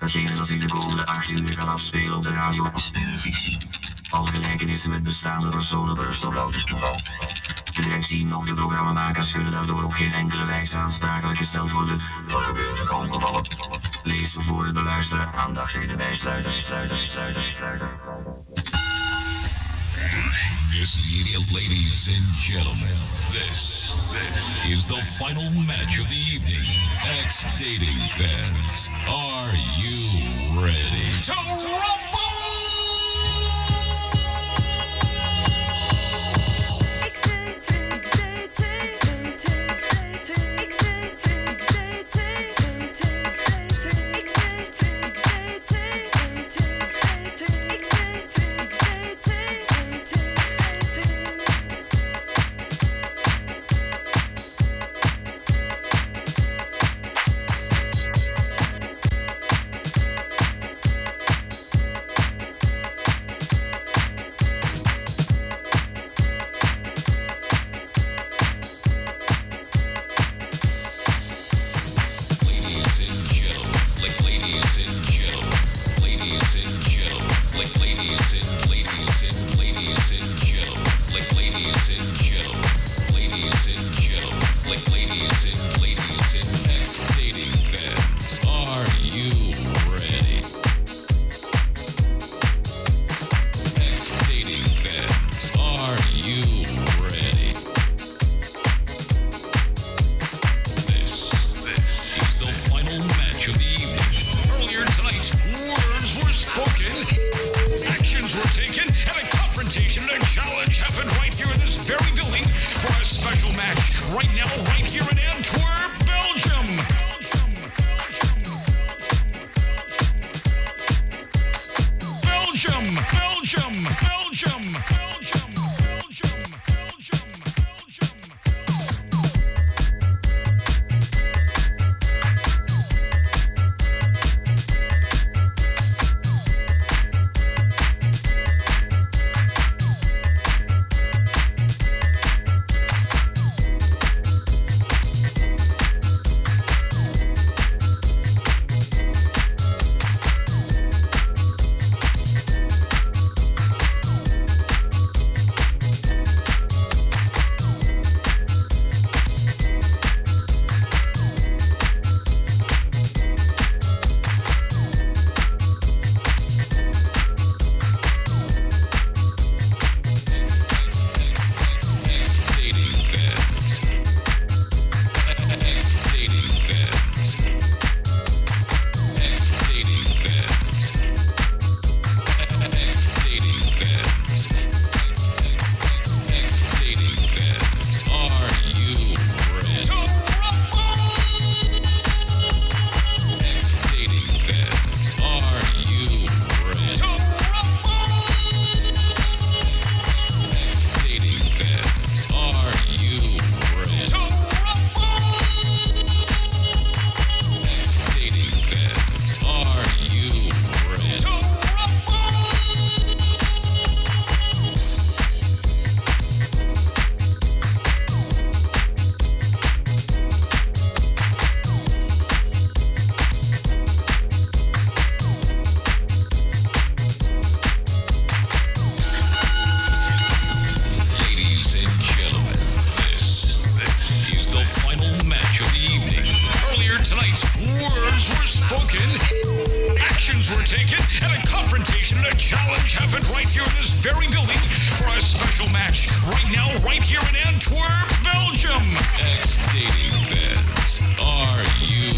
gegeven dat zich de komende 8 uur gaat afspelen op de radio. Pure fictie. Al gelijkenissen met bestaande personen berust op louter toeval. De directie nog de programmamakers kunnen daardoor op geen enkele wijze aansprakelijk gesteld worden voor gebeurlijke ongevallen. Lees voor het beluisteren aandachtig de bijsluiter, sluiter, sluiter, sluiter. Yes, ladies and gentlemen, this, this is the final match of the evening. Ex dating fans, are you ready to rumble? Ladies and gentlemen, like ladies and gentlemen, ladies and gentlemen, like ladies and ladies and ladies and gentlemen, like ladies and gentlemen, ladies and gentlemen, like ladies and ladies and ex dating fans, are you ready? Ex dating fans, are you ready? This, this is the final match of the evening. Earlier tonight, words were spoken, actions were taken, and a confrontation and a challenge happened right here in this very building for a special match right now, right here in Antwerp, Belgium. Belgium, Belgium, Belgium, Belgium, Belgium, Belgium, Belgium. Dating fans. Ex dating fans. Ex dating fans. Ex dating fans. Ex dating fans. Are you ready? Ex dating fans. Are you ready? Dating fans, are you ready? Dating fans, are you ready? Ladies and gentlemen, this, this is the final match of the evening. Earlier tonight, words were spoken, actions were taken, and a confrontation and a challenge happened right here in this very building for a special match right now, right here in Antwerp, Belgium. Ex dating fans, are you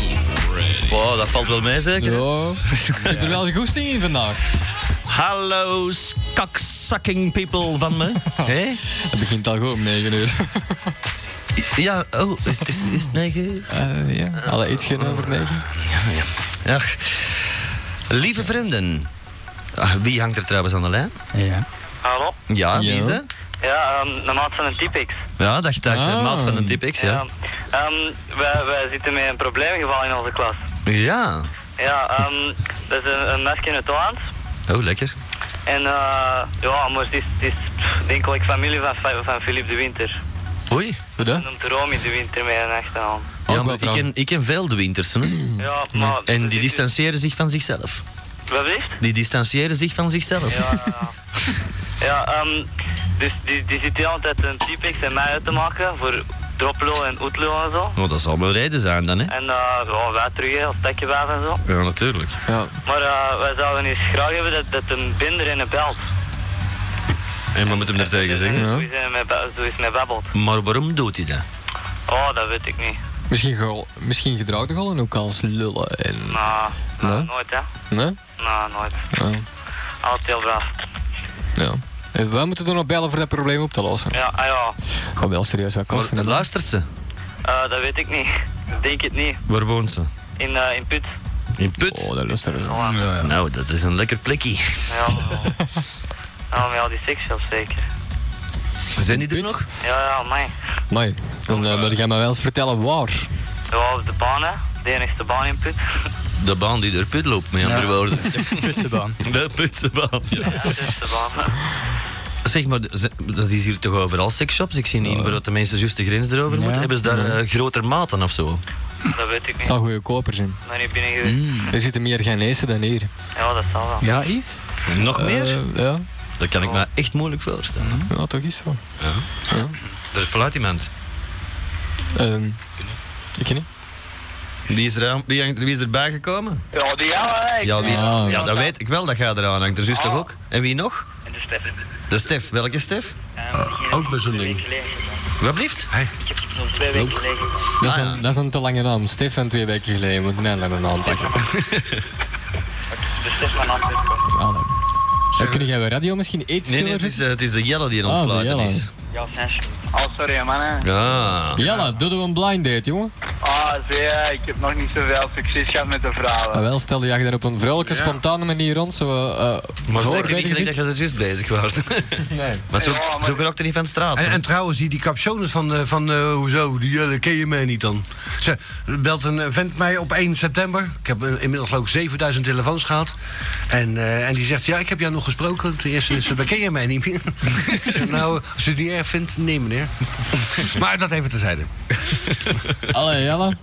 ready? Wow, dat valt wel mee zeker. Ja, ik heb er wel de goesting in vandaag. Hallo, kaksucking people van me. Hé? Het begint al goed om 9 uur. Ja, oh, is, het is, is het negen uur? Eh, ja, alle eetgen over 9. Ja. Lieve vrienden. Ah, Wie hangt er trouwens aan de lijn? Ja. Hallo? Ja, wie Ja. is dat? Ja, ehm, de maat van een typix. Ja, dacht ik. Ah. Maat van een tip X, ja. Ehm, wij, wij zitten met een probleemgeval in onze klas. Ja. Ja, ehm, dat is een, een meisje in het Hollands. Oh, lekker. En eh, ja, maar het is, het is pff, denk ik familie van, Fa- van Philip de Winter. Oei. Hoe Ze dat? noemt Romy de Winter met een achternaam. wel ja, maar ik vrouwen. ken, ik ken veel de winters. hè. Ja, maar... Mm. En die dit is- distancieren zich van zichzelf. Wat is het? Die distancieren zich van zichzelf. Ja, ja, ja. ja ehm, dus die, die zit de hele tijd een typex en mij uit te maken voor droplo en outlo en zo. Oh, dat zal wel reden zijn dan, hè? En eh, ja, wij terug, hè, als tekjewijf en zo. Ja, natuurlijk. Ja, Maar eh, wij zouden eens graag hebben dat, dat een binder in een belt. En we moeten hem daar tegen zeggen. Zo is hij eh, met ba- zo is hij met babbelt. Maar waarom doet hij dat? Oh, dat weet ik niet. misschien, gedraagt misschien gedraagt de gollen ook als lullen en... Nou, nou, Nee? nooit hè. Nee? Nou, nooit. Ja. Altijd heel braaf. ja. En Wij moeten er nog bellen voor dat probleem op te lossen. Ja, ah, ja. Gewoon wel serieus wat kosten. Maar, hè, man. luistert ze? Eh, dat weet ik niet. Ik Denk het niet. Waar woont ze? In, eh in Put. In Put. Oh, dat luisteren ze. Ja, ja. Nou, dat is een lekker plekje. ja. met al die seksshops zeker. Zijn die er Put? nog? Ja, ja, mij. Amai. Dan eh, moet jij mij wel eens vertellen waar. Ja, op de baan hè. De enigste baan in Put. De baan die door Put loopt, met andere woorden. Putsenbaan. De Putsenbaan. Ja, dat is de baan. Zeg maar, ze- dat is hier toch overal seksshops? Ik zie niet waar dat de mensen juist de grens erover moeten. Hebben ze daar eh, groter maten of zo? Dat weet ik Het niet. zal Mm. goede koper zijn. Ik ben niet binnen geweest. Er zitten meer Ghanese dan hier. Ja, dat zal wel. Ja, Yves? Nog meer? Eh, ja. Dat kan ik me echt moeilijk voorstellen. ja, toch is zo. Er fluit iemand. Ehm ik ken niet. Wie is, er aan- wie, hangt- wie is erbij gekomen? Ja, die ja, hè. Ja, die, Ah. ja, dat weet ik wel dat jij eraan hangt. Er is dus toch Ah. ook? En wie nog? En de Stef. De Stef. Welke Stef? ook bij zo'n ding. Wat blieft? Ehm, Ik heb het zo'n twee weken geleden. Dat is, Ah, dan, ja. dat is een te lange naam. Stefan twee weken geleden moet een andere naam pakken. De Stef van Antwerpen. Ah, nee. Dan kun jij bij radio misschien iets Nee, stiller nee, het is, zetten? eh, het is de Jelle die aan Ah, het de fluiten Jelle. is. Ja, Sens. Oh, sorry man hè. Ah. Jelle, doe we een blind date, jongen. Ah, zie je, ik heb nog niet zoveel succes gehad met de Ah, vrouwen. wel, stel je daar op een vrolijke, spontane manier rond, zo... eh Maar voor- zeker niet weet gelijk ik dat je er juist bezig was. Nee. maar zo, Ja, maar- zo er niet van de straat. En, hè? en trouwens, die, die capsones van, eh, van eh, hoezo, die eh, ken je mij niet dan. Ze, er belt een eh, vent mij op 1 september. Ik heb eh, inmiddels geloof ik 7000 telefoons gehad. En, eh, en die zegt, ja, ik heb jou nog gesproken. Ten eerste is, eh, ken je mij niet meer. Ik zeg, nou, als u het niet erg vindt, nee meneer. maar dat even terzijde. Allee, Jelle.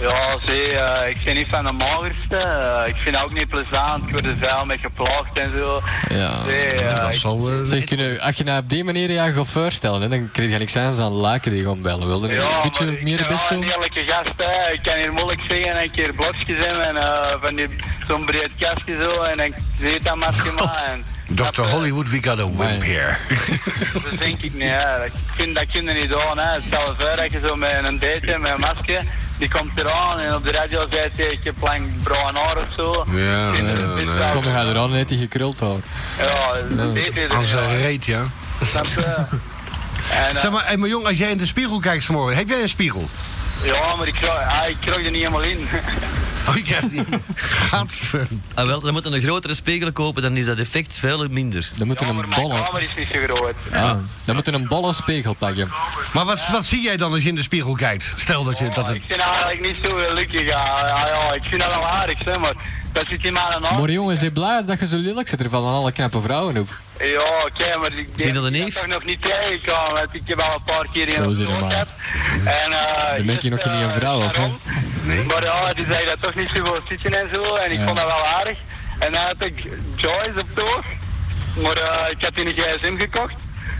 Ja, zie je, ik ben niet van de magerste. Eh, ik vind het ook niet plezant. Ik word er vuil mee geplaagd en zo. Ja. Zie je, eh, dat ik- zal... eh, Zeg, kun je, als je nou op die manier je gaat voorstellen, hè, dan krijg je niks anders dan laken die gaan bellen. Wil je ja, een beetje maar ik meer de ben wel beste een doen? eerlijke gast, hè. Ik kan hier moeilijk zeggen dat ik hier blokjes heb en eh, van die, zo'n breed kastje zo. En ik zie dat masker maar. En, Dr. dat, eh, Hollywood, we got a wimp Nee. here. Dat denk ik niet, hè. Dat vind dat kinderen niet doen, hè. Stel voor dat je zo met een date hebt, met een masker, die komt eraan en op de radio zegt hij, ik heb lang bruin haar of zo. Ja, Ik vind het Eh, nee, niet nee. wel- Kom, we gaan er aan, net die gekruld houden. Ja, dat weet je Aan zijn niet, reet, ja. dus- snap je? En, eh, Zeg maar, hey, maar jong, als jij in de spiegel kijkt vanmorgen, heb jij een spiegel? eh, ja, maar ik kro- ah, ik krok er niet helemaal in. Oh, ik krijg die. Gadver. Ah, wel, dan moeten we een grotere spiegel kopen, dan is dat effect veel minder. Dan moeten Ja, we maar een mijn ballen... kamer is niet zo groot. Ah, dan moeten we een ballen spiegel plakken. Maar wat, wat zie jij dan als je in de spiegel kijkt? Stel dat je dat Ja, het... ik vind dat eigenlijk niet zo gelukkig. Ja, ja, ja, ik vind dat wel aardig, hè, maar dat zit in mijn hand. Maar jongen, zijn blij dat je zo lelijk zit er van alle knappe vrouwen op. Ja, oké, maar ik Zie je dat een denk dat ik neef? toch nog niet tegengekomen, want ik heb al een paar keer in Dat een is helemaal. gehad. En, eh, Dan ben je nog juist, niet een eh, vrouw, of daarom. Nee. Maar ja, die zei dat toch niet zo goed zitten en zo, en ik Ja. vond dat wel aardig. En dan had ik Joyce op toog, maar eh, ik had die een gsm gekocht.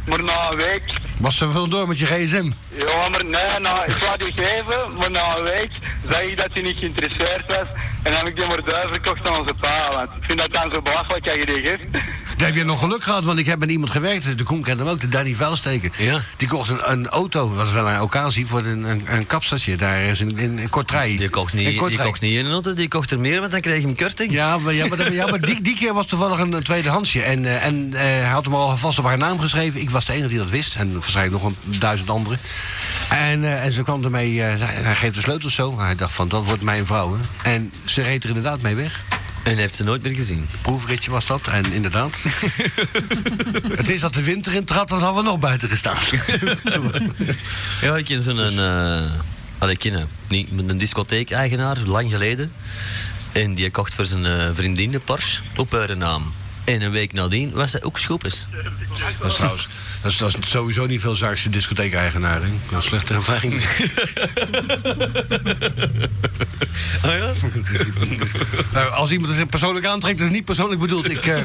Maar na een week, Was ze vandoor met je gsm? ja maar nee, nou, ik wou die geven, maar na een week zei ik dat hij niet geïnteresseerd was. En dan heb ik die maar duivel verkocht aan onze pa, want ik vind dat dan zo belachelijk als je die geeft. Daar heb je nog geluk gehad, want ik heb met iemand gewerkt. De Koen kent hem ook, de Danny Vuilsteken. Ja. Die kocht een, een auto, was wel een occasie, voor een, een, een kapstadje. Daar is in, in, in Kortrijk. Die kocht In niet, die Kortrijk. kocht niet in een auto, die kocht er meer, want dan kreeg je hem korting. Ja, maar, ja, maar, dat- ja, maar die, die keer was toevallig een, een tweedehandsje. En, eh, en eh, hij had hem al vast op haar naam geschreven. Ik was de enige die dat wist. En waarschijnlijk nog een duizend anderen. En, eh, en ze kwam ermee... eh, hij, hij geeft de sleutels zo. Hij dacht van, dat wordt mijn vrouw. Hè. En ze reed er inderdaad mee weg. En hij heeft ze nooit meer gezien. Proefritje was dat. En inderdaad. het is dat de winter in trad, dan hadden we nog buiten gestaan. Ja, ik ken zo'n... eh allee, kennen. Niet, met een discotheek-eigenaar, lang geleden. En die kocht voor zijn eh, vriendin een Porsche op haar naam. En een week nadien was hij ook schoepers. Dat is trouwens. Dat is, dat is sowieso niet veel Zaakse discotheek-eigenaren. Dat is een slechte ervaring. Ah ja? Oh Nou, als iemand het zich persoonlijk aantrekt, is het niet persoonlijk bedoeld. Ik, eh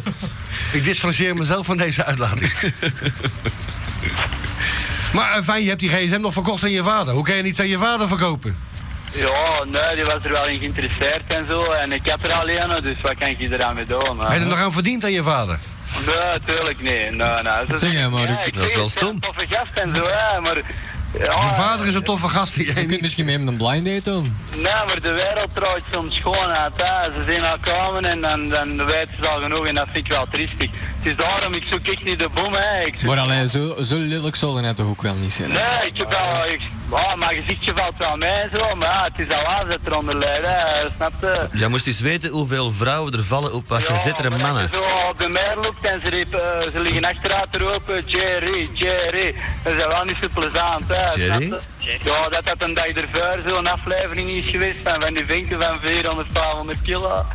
ik distancieer mezelf van deze uitlating. maar eh, fijn, je hebt die gsm nog verkocht aan je vader. Hoe kan je niet aan je vader verkopen? Ja, nee, die was er wel in geïnteresseerd en zo. En ik heb er al een, dus wat kan ik eraan mee doen? Maar... Heb je er nog aan verdiend aan je vader? Nee, tuurlijk niet. Nee, nee. Ze- Zeg jij maar, Ruud, ik dat is zeg, wel het zijn stom. Toffe gast en zo, hè, maar... Ja, Je vader is een toffe gast. Die jij Je kunt niet... misschien mee met een blind date doen. Nee, maar de wereld trouwt soms schoon uit. Hè. Ze zien al komen en dan, dan weten ze al genoeg en dat vind ik wel triestig. Het is daarom, ik zoek echt niet de boom, hè. Ik zoek... Maar alleen zo, zo lelijk zal hij net toch ook wel niet zijn. hè? Nee, ik heb wel... Ik... Oh, mijn gezichtje valt wel mee, zo, maar ja, het is al aan dat eronder leidt, hè. Snap je? Jij moest eens weten hoeveel vrouwen er vallen op wat Ja, gezettere maar mannen. Als je zo op de meer loopt en ze, riep, eh, ze liggen achteruit te roepen, Jerry, Jerry. Dat is wel niet zo plezant, hè. Jerry? snap je? Ja, dat dat een dag ervoor zo'n aflevering is geweest van, van die vinken van 400, 500 kilo.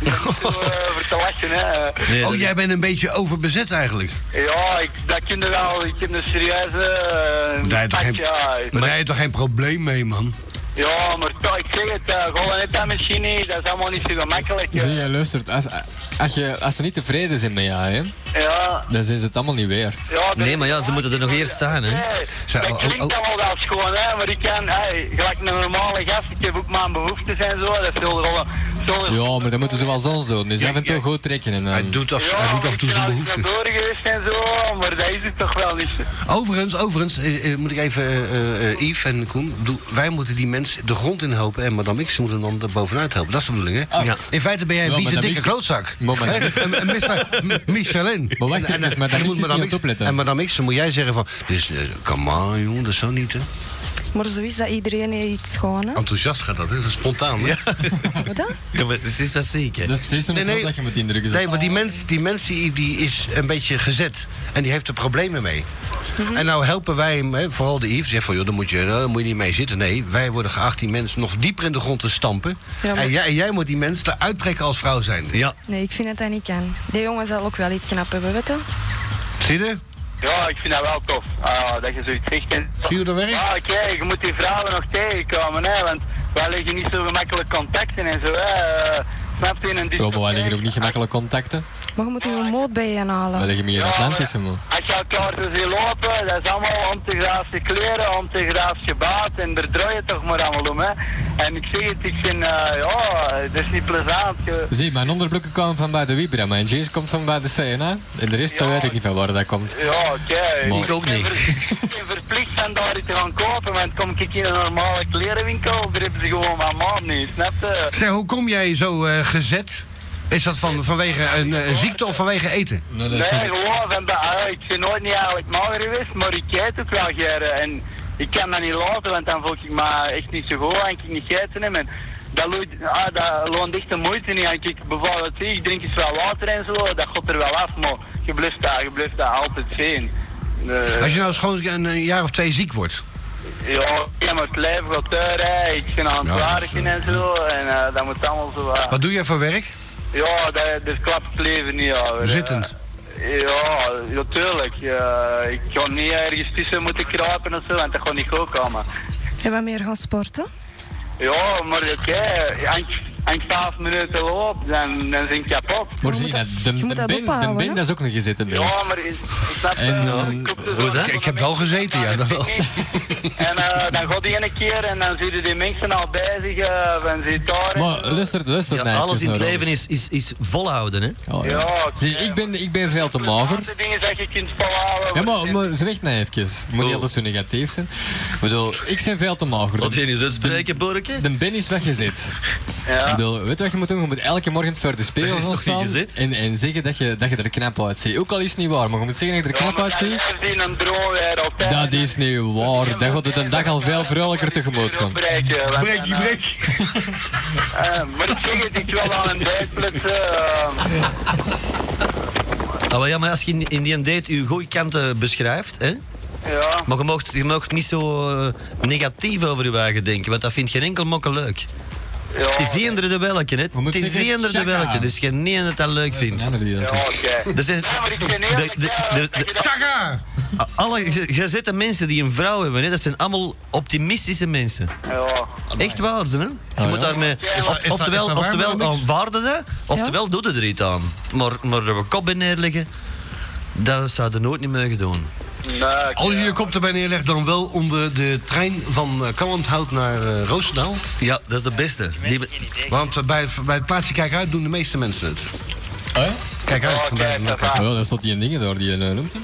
Dat is niet zo, eh, voor te lachen, hè. Nee, dat- Oh, jij bent een beetje overbezet eigenlijk. Ja, ik, dat kun je wel. Ik heb een serieuze... eh, Daar heb je pak, geen- ja. Maar jij hebt toch geen probleem mee, man? ja, maar toch, ik zeg het, eh, gewoon net dat misschien niet. Dat is allemaal niet zo gemakkelijk. eh. Zie je, luistert, als, als, je, als ze niet tevreden zijn met jou, hè, Ja. dan zijn ze het allemaal niet waard. Ja, dat- Nee, maar ja, ze moeten er nog eerst zijn, hè. Nee, Zo, oh, dat oh, klinkt oh. allemaal wel schoon, hè, maar ik kan, hey, gelijk een normale gast, ik heb ook mijn behoeftes en zo, dat zullen wel... Zullen... Ja, maar dat moeten ze wel zelfs doen. Dus Ja, af en toe ja. Ah, goed trekken. En eh, Hij dan... doet af, hij doet af en toe zijn behoefte. Ik ben door geweest en zo, maar dat is het toch wel niet. Overigens, overigens eh, eh, moet ik even eh, eh, Yves en Koen. bedoel, wij moeten die mensen de grond in helpen en Madame X moet hem dan er bovenuit helpen. Dat is de bedoeling, hè? Ja. In feite ben jij een Ja, vieze Madame dikke X- klootzak. Maar Madame Hè? Een- een Mr. M- Michelin. Maar wacht En- even, en- dus en Madame dan X moet is niet aan het opletten. En Madame X, dan moet jij zeggen van... Dus, eh, come on, jongen, dat is zo niet, hè? Maar zo is dat iedereen heeft iets schoon, hè? Enthousiast gaat dat, hè? Dat is spontaan, hè? Wat dan? Ja, maar het is wel zeker. Dat is precies zo'n Nee, nee. dat je moet indrukken. Nee, maar die mens, die, mens die, die is een beetje gezet. En die heeft er problemen mee. Mhm. En nou helpen wij hem, hè, vooral de Yves, die zegt van joh, daar moet, je, eh, daar moet je niet mee zitten. Nee, wij worden geacht die mens nog dieper in de grond te stampen. Ja, maar- en, jij, en jij moet die mens eruit trekken als vrouw zijn. Ja, Nee, ik vind dat dat niet kan. Die jongen zal ook wel iets knap hebben, weet je? Zie je? Ja, ik vind dat wel tof, ah, dat je zoiets zegt. En... Zie je hoe dat werkt? Ja, oké, je moet die vrouwen nog tegenkomen, hè, want wij leggen niet zo gemakkelijk contacten en zo, hè. eh, Snap je, in een Ja, maar wij discotheek- leggen ook niet gemakkelijk contacten. Maar je moet je remote bij je Wij halen. leggen meer in Atlantische, man. Als je elkaar zo ziet lopen, dat is allemaal om te graafse kleren, om te graafse baat en daar draai je toch maar allemaal om, hè. En ik zeg het, ik vind, eh, ja, dat is niet plezant. Je... Zie, mijn onderbroeken komen van bij de Vibra, mijn jeans komt van bij de CNA. En de rest, dat Ja. weet ik niet van waar dat komt. Ja, oké. Mooi. ik ook ben niet. ver- Ik ben verplicht van daar iets te gaan kopen, want kom ik in een normale klerenwinkel, daar hebben ze gewoon mijn maat niet, snap je? Zeg, hoe kom jij zo eh, gezet? Is dat van, vanwege een, eh, een ziekte of vanwege eten? Nee, Nou, dat Nee, is niet- gewoon van bij, ah, ik ben nooit niet eigenlijk mager geweest, maar ik eet ook wel geren. En ik kan dat niet laten, want dan voel ik me echt niet zo goed en ik niet geiten hem. En dat, loeit, ah, dat loont echt de moeite niet. En ik bijvoorbeeld, zie, ik drink eens wel water en zo, dat gaat er wel af, maar je blijft dat, je blijft dat altijd zien. Eh, Als je nou eens gewoon een, een jaar of twee ziek wordt. ja, ja, maar het leven gaat door, hè. ik ben aan Ja, het dat is, werken en zo, en eh, dat moet allemaal zo... eh, Wat doe jij voor werk? ja, dat, dat klapt het leven niet over. Zittend. Eh, ja, natuurlijk. Eh, ik ga niet ergens tussen moeten kruipen of zo, want dat gaat niet goed komen. En wat meer gaan sporten? Ja, maar oké, als ik- als ik vijf minuten loop, dan, dan ben ik kapot. Maar Je zie je, moet dat, dat- de, je de, moet dat ben, de ophouden, ben, hè? dat is ook een gezette mens. Ja, maar is, snap je? En, Dan ehm, klopt het hoe wel. dat? Ik heb wel gezeten, ja, dat wel. En eh, dan gaat die ene keer en dan zie je die mensen al bezig eh, en zit daar. Maar luister, luister ja naar alles in het naar leven ons. is, is, is volhouden, hè. Oh, ja. Ja, oké, Zie, ik ben, ik ben veel te mager. De dingen dat je kunt sparen. Ja, maar, maar ze weg nou even. Moet niet altijd zo negatief zijn. Ik bedoel, ik ben veel te mager. Wat je De, eens uitspreken, Borke? de ben is weggezet. Ik Ja. bedoel, weet je wat je moet doen? Je moet elke morgen voor de Dat spiegel is gaan toch niet staan gezet? en, en zeggen dat je, dat je er knap uitziet. Ook al is het niet waar, maar je moet zeggen dat je er knap uitziet. in een droomwereld. hè. Dat is niet waar. Dan gaat het een dag al veel vrolijker tegemoet gaan. Breken, want Breek, die dan, eh, breek. eh, maar ik zeg het, ik wil aan een duikplet. eh, Ah, maar ja, maar als je in, in die date je goede kanten beschrijft, hè? ja. Maar je mag, je mag niet zo eh, negatief over je eigen denken, want dat vindt geen enkel mokken leuk. Ja, Het is eender de welke, hè? We moeten Het is zeggen, eender de Shaka. welke. Dus geen niet dat dat leuk Een vindt. ander die dat Ja, vindt. oké. Er zijn- Ja, maar ik ben de- eerlijk, de- ja, de- dat je de- dat- Chaka! Ah, Alle ge- gezette mensen die een vrouw hebben, hè? dat zijn allemaal optimistische mensen. Ja. Echt waar, ze, hè? Je ja? moet daarmee... is Of, dat- is oftewel dat waar, oftewel Marnix? aanvaarden dat, oftewel doe je er iets aan. Maar, maar er een kop in neerleggen, dat zou je nooit niet mogen doen. Nee, ik- Als je je kop erbij neerlegt, dan wel onder de trein van eh, Kalmthout naar eh, Roosendaal. Ja, dat is de beste. Die be- Want eh, bij het, bij het plaatsje Kijk Uit doen de meeste mensen het. Oh, ja? Kijk Uit, Oké, vandaar de dat Kijk Ah. Oh, ja, dat is tot die dingen door die je noemt. hè.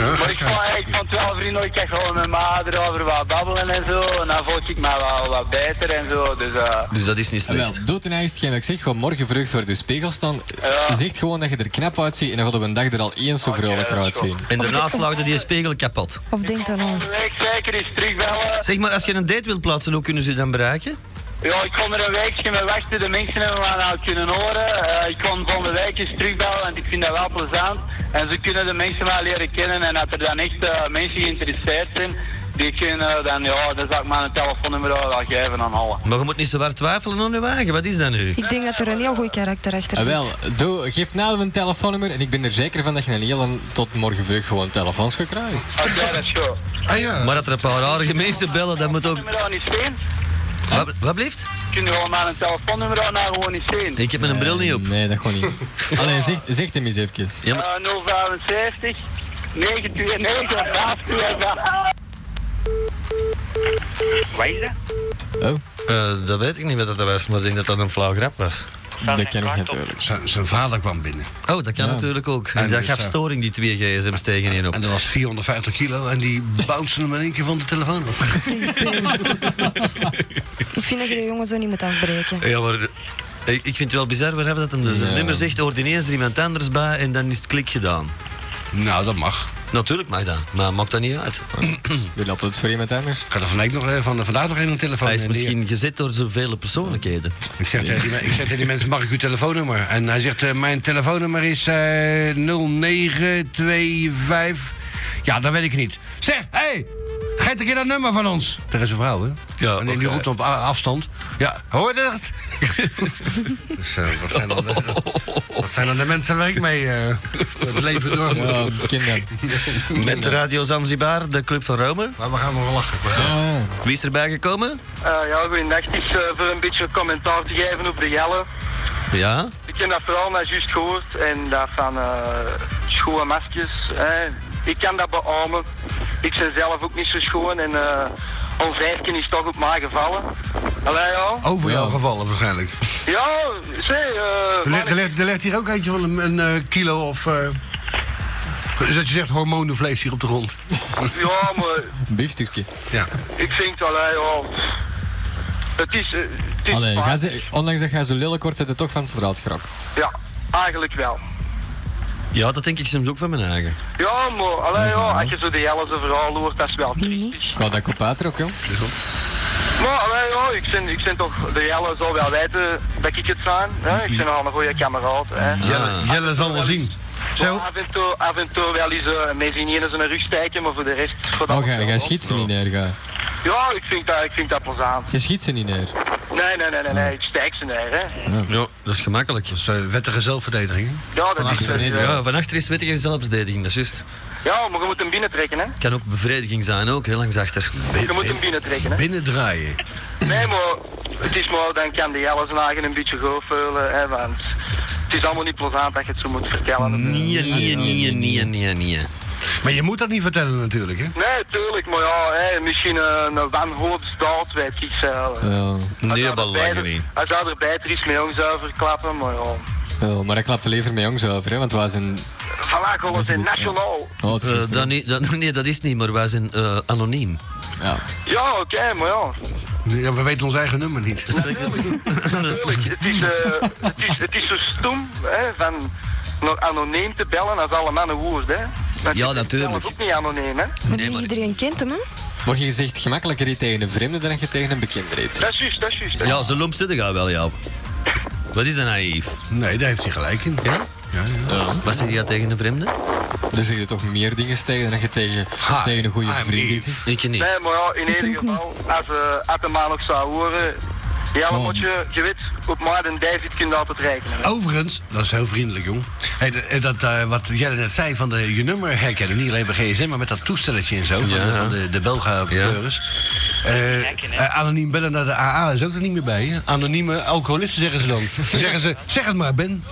Maar ik vond, ik vond wel vriendelijk, ik kan gewoon met mijn vader over wat babbelen en zo. En dan voel ik me wel wat beter en zo. Dus eh, Dus dat is niet En Ah, wel, slecht. doet en eigenlijk hetgeen dat ik zeg. Gewoon morgen vroeg voor de spiegel staan. Ja. Zegt gewoon dat je er knap uitziet en dan gaat op een dag er al eens zo Oké, vrolijker dat is goed. uitzien. En daarna slaagde die spiegel kapot. Of denkt aan volgende ons? week zeker eens terugbellen. Zeg maar, als je een date wilt plaatsen, hoe kunnen ze je dan bereiken? Ja, ik kon er een weekje mee wachten, de mensen hebben me nou kunnen horen. Eh, ik kon volgende week eens terugbellen, want ik vind dat wel plezant. En ze kunnen de mensen wel leren kennen en dat er dan echt eh, mensen geïnteresseerd zijn, die kunnen dan, ja, dan zou ik maar een telefoonnummer wel geven aan alle. Maar je moet niet zo hard twijfelen aan je wagen. Wat is dat nu? Ik denk dat er een heel goed karakter achter Ah, zit. wel, doe, geef nou een telefoonnummer en ik ben er zeker van dat je een hele tot morgen vroeg gewoon telefoons gaat krijgen. Oké, dat is goed. Ah ja. Maar dat er een paar aardige mensen bellen, dat moet ook... Nummer aan is zien. Wat, wat blijft? Kun je gewoon maar een telefoonnummer aan nou gewoon eens zien. Ik heb mijn bril niet op. Eh, Nee, dat gewoon niet. Alleen zeg, zeg hem eens eventjes. Ja, maar- Eh, 075 929 Wat is dat? Oh, Eh, dat weet ik niet wat dat was, maar ik denk dat dat een flauw grap was. dat ken ik natuurlijk. Z- Zijn vader kwam binnen. Oh, dat kan Ja. natuurlijk ook. En En dat dus, gaf ja. storing, die twee gsm's tegen je En op. dat was 450 kilo en die bouncen hem in één keer van de telefoon af. Ik vind dat je de jongen zo niet moet afbreken. Ja, maar... Ik, ik vind het wel bizar waar hebben dat hem dus een Ja. nummer zegt, hoort ineens er iemand anders bij en dan is het klik gedaan. nou, dat mag. Natuurlijk mag dat, maar maakt dat niet Oh, uit. Je loopt het voor iemand anders. Ik had er van, nog, eh, van vandaag nog een telefoon. Hij is in die- eh, misschien gezet door zoveel persoonlijkheden. Ik zeg, tegen die, me- ik zeg tegen die mensen, mag ik uw telefoonnummer? En hij zegt, eh, mijn telefoonnummer is eh 0925... Ja, dat weet ik niet. Zeg, hé, hey, geef een keer dat nummer van ons. Er is een vrouw, hè? Ja, en die oké. roept op a- afstand. Ja, hoor je dat? dus eh, dat, zijn dan, de- dat zijn dan de mensen waar ik mee eh, het leven door moet. Ja, ik Oh, ken dat. Met Radio Zanzibar, de Club van Rome. Maar we gaan nog wel lachen. Ah, Wie is erbij gekomen? Eh, ja, goedendag. Het is eh, voor een beetje commentaar te geven op de Jelle. Ja. Ik heb dat verhaal net juist gehoord en dat van eh schoon maskers. Hè. Ik kan dat beamen. Ik ben zelf ook niet zo schoon en eh al vijf keer is het toch op mij gevallen. Allee, ja. Over jouw Ja. gevallen waarschijnlijk. Ja, zeg, eh, Er, ligt- er, mannen- ligt- er ligt hier ook eentje van een, een, eh, kilo of... eh, dus dat je zegt hormonenvlees hier op de grond. Ja, maar een biefstukje. Ja. ik vind, allee, ja. Het is... eh, het is Allee, waar. ga ze, ondanks dat jij zo lelijk wordt, zit het toch van de straat geraakt. Ja, eigenlijk wel. Ja, dat denk ik soms ook van mijn eigen. Ja, maar allee, ja, als je zo de hele zijn verhaal hoort, dat is wel triestig. Ik wou dat kop uitrok, joh. Maar allee, ja, ik ben, ik ben toch, de hele zal wel weten dat ik het zijn. Hè? Ik ben al een goede kameraad. Hè? Jelle, Jelle zal wel zien. Maar Zo, Af en toe, af en toe wel eens eh, mensen niet eens een rug stijken, maar voor de rest... Voor dat Oh, jij, jij wel. schiet ze niet neer, ga. Ja, ik vind, dat, ik vind dat plezant. Je schiet ze niet neer. Nee, nee, nee, nee, nee, ik stijk ze neer, hè. Ja, dat is gemakkelijk. dat is eh, wettige zelfverdediging. hè? Ja, dat is... achter eh, beneden, Ja, van achter is wettige zelfverdediging, dat is juist. Ja, maar je moet hem binnentrekken, hè. Kan ook bevrediging zijn, ook, heel langs achter. Je moet hem binnentrekken, hè. Binnendraaien. Nee, maar het is maar, dan kan die alles lagen een beetje goof vullen, hè, want het is allemaal niet plezant dat je het zo moet vertellen. Nee, nee, nee, nee, nee, nee. Maar je moet dat niet vertellen natuurlijk, hè? Nee, tuurlijk, maar ja, hè, misschien een, een wanhoopsdaad, weet ik zelf. Ja. Nee, belangrijk niet. Hij zou er beter iets mee onzuiver klappen, maar ja. Ja, maar ik klapte liever met jongens over, hè, want wij zijn... Vandaag gewoon zijn nationaal. Oh, het is Eh, juist, hè. dat niet- dat- nee, dat is niet, maar wij zijn eh, anoniem. Ja. Ja, oké, maar ja. Ja, we weten ons eigen nummer niet. Tuurlijk, het is, eh, het is, het is zo stom, hè, van nog anoniem te bellen als alle mannen woord, hè. Want Ja, ik ben natuurlijk. zelf ook niet anoniem, hè. Maar Nee, niet maar- iedereen kent hem, hè? Maar je zegt gemakkelijker iets tegen een vreemde dan dat je tegen een bekende reed. Dat is juist, dat is juist. Ja, ze lomp zitten gaan wel, Jaap. Wat is dat naïef? Nee, daar heeft hij gelijk in. Ja? Ja, ja. Wat zeg je tegen een vreemde? Dan zeg je toch meer dingen tegen dan dat je tegen, Hi, tegen een goede I'm vriend Yves. zegt. Ik niet. Oh. Nee, maar ja, in ieder denk geval, als, eh als de man nog zou horen, Ja, maar moet je, je weet, op mij en David kun je altijd rekenen. hè. Overigens, dat is heel vriendelijk, jong. Hey, de- eh, dat, eh, wat jij net zei van de, je nummer herkennen, niet alleen bij GSM, maar met dat toestelletje en zo, van, Ja. de- van de, de Belga-pleuris. eh, anoniem bellen naar de AA is ook er niet meer bij. hè? Anonieme alcoholisten zeggen ze dan. Dan zeggen ze, zeg het maar, Ben.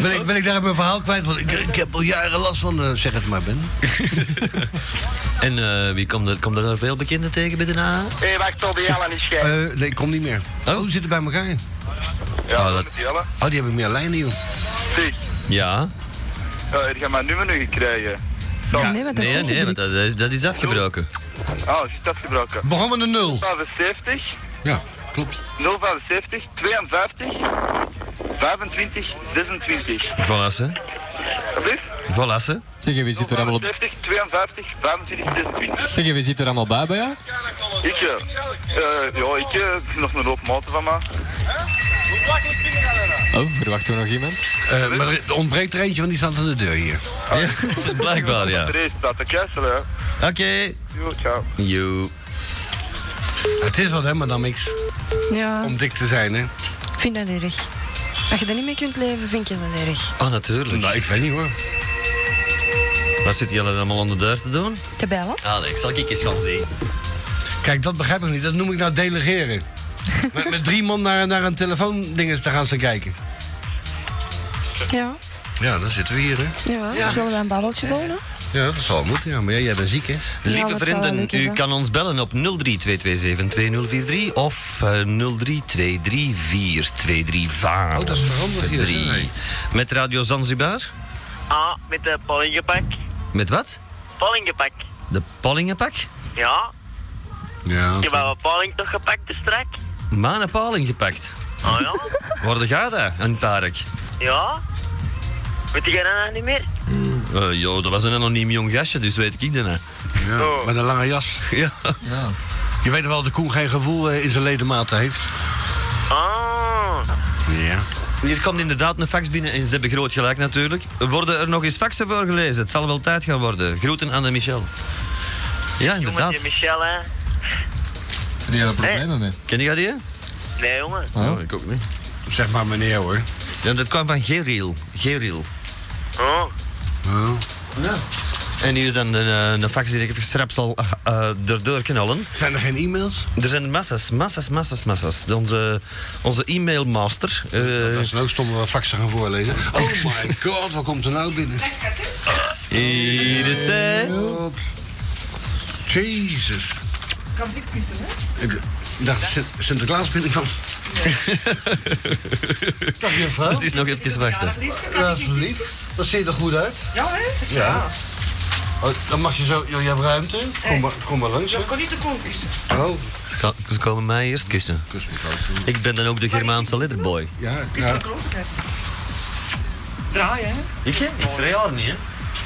wil, ik, wil ik daar mijn verhaal kwijt? Want ik, ik heb al jaren last van, eh, zeg het maar, Ben. En eh, wie kwam er, kwam er daar veel bekenden tegen bij de NA? Hé, wacht, tot die Jelle niet Eh, schijnen. nee, ik kom niet meer. Oh, die zitten bij elkaar. ja, dat- dat moet Jelle. Oh, die hebben meer lijnen, joh. Zeg, Ja. ja, heb je mijn nummer nu gekregen? Zo, Ah, nee, want dat Nee, zeg je nee, want niet. dat, dat is afgebroken. Oh, is dat gebroken? Begon met een nul. 75, Ja, klopt. 075, 52, 25, 26. Volassen. Wat is? Volassen. Zeg, wie zit er allemaal op... 075, 52, 25, 26. Zeg, wie zit er allemaal bij bij jou? Ik, eh, eh, ja, ik eh, nog een hoop maten van mij. Oh, verwachten we nog iemand? Eh, maar er ontbreekt er eentje, want die staat aan de deur hier. Ja, blijkbaar, ja. Er is dat, de kessel, hè. Oké. Jo, ciao. Yo. Het is wat, hè, madame X. Ja, Om dik te zijn, hè? ik vind dat erg. Als je er niet mee kunt leven, vind je dat erg. Oh, natuurlijk. Nou, ik weet niet hoor. Wat zitten jullie allemaal onder de deur te doen? Te bellen? Alex, zal ik eens gaan zien? Kijk, dat begrijp ik niet. Dat noem ik nou delegeren. met, met drie man naar, naar een telefoondinges te gaan staan kijken. Ja. Ja, dan zitten we hier, hè? Ja, Eh, zullen we een babbeltje wonen? Ja, dat zal moeten. Ja, maar jij, jij bent ziek, hè? Ja, Lieve wat zou wel vrienden, leuk u is, hè? kan ons bellen op 032272043 of eh, 032342353. Oh, dat is veranderd hier, zeg, hé. Met Radio Zanzibar? Ah, met de pollingenpak. Met wat? Pollingenpak. De Pallingenpak? Ja, Ja. ik heb wel een polling toch gepakt de strak. Maan en Paling gepakt. Ah ja? Worden gaat dat, een park? Ja? Weet jij dat nog niet meer? Eh jo, dat was een anoniem jong gastje, dus weet ik dat niet. ja. Met een lange jas. Ja. Je weet wel dat de Koen geen gevoel eh, in zijn ledematen heeft. Ah, Ja. Hier komt inderdaad een fax binnen en ze hebben groot gelijk natuurlijk. Worden er nog eens faxen voor gelezen? Het zal wel tijd gaan worden. Groeten aan de Michel. Ja, jongen, inderdaad. die Michel, hè? Heb je daar problemen mee? Ken je dat die? Nee, jongen. Oh. ik ook niet. Zeg maar meneer, hoor. Ja, dat kwam van Geril. Geril. Oh, Ja. En hier is dan een, eh, een fax die ik even schrap zal eh, eh, erdoor knallen. Zijn er geen e-mails? Er zijn massas, massas, massas, massas. De- Onze, onze e-mailmaster. eh, Dat is ook stom wat faxen gaan voorlezen. Oh my god, wat komt er nou binnen? hier is zij. Jezus. Kan dit kussen, hè? Ik dacht, Sint- Sinterklaas ben ik van. Dag juffrouw. Het is nog even wachten. Dat is lief. Dat ziet er goed uit. Ja, hè? Dat is Ja. Oh, dan mag je zo... Je hebt ruimte. Kom maar, kom maar langs. hè. Eh. Ik kan niet de klonk kussen. Oh, Ze gaan- Ze komen mij eerst kussen. kus me koud. Ik ben dan ook de Germaanse letterboy. Ja, Kus ja. ja. de klonk. hè. Draaien, hè? Ik? Twee jaar niet, hè?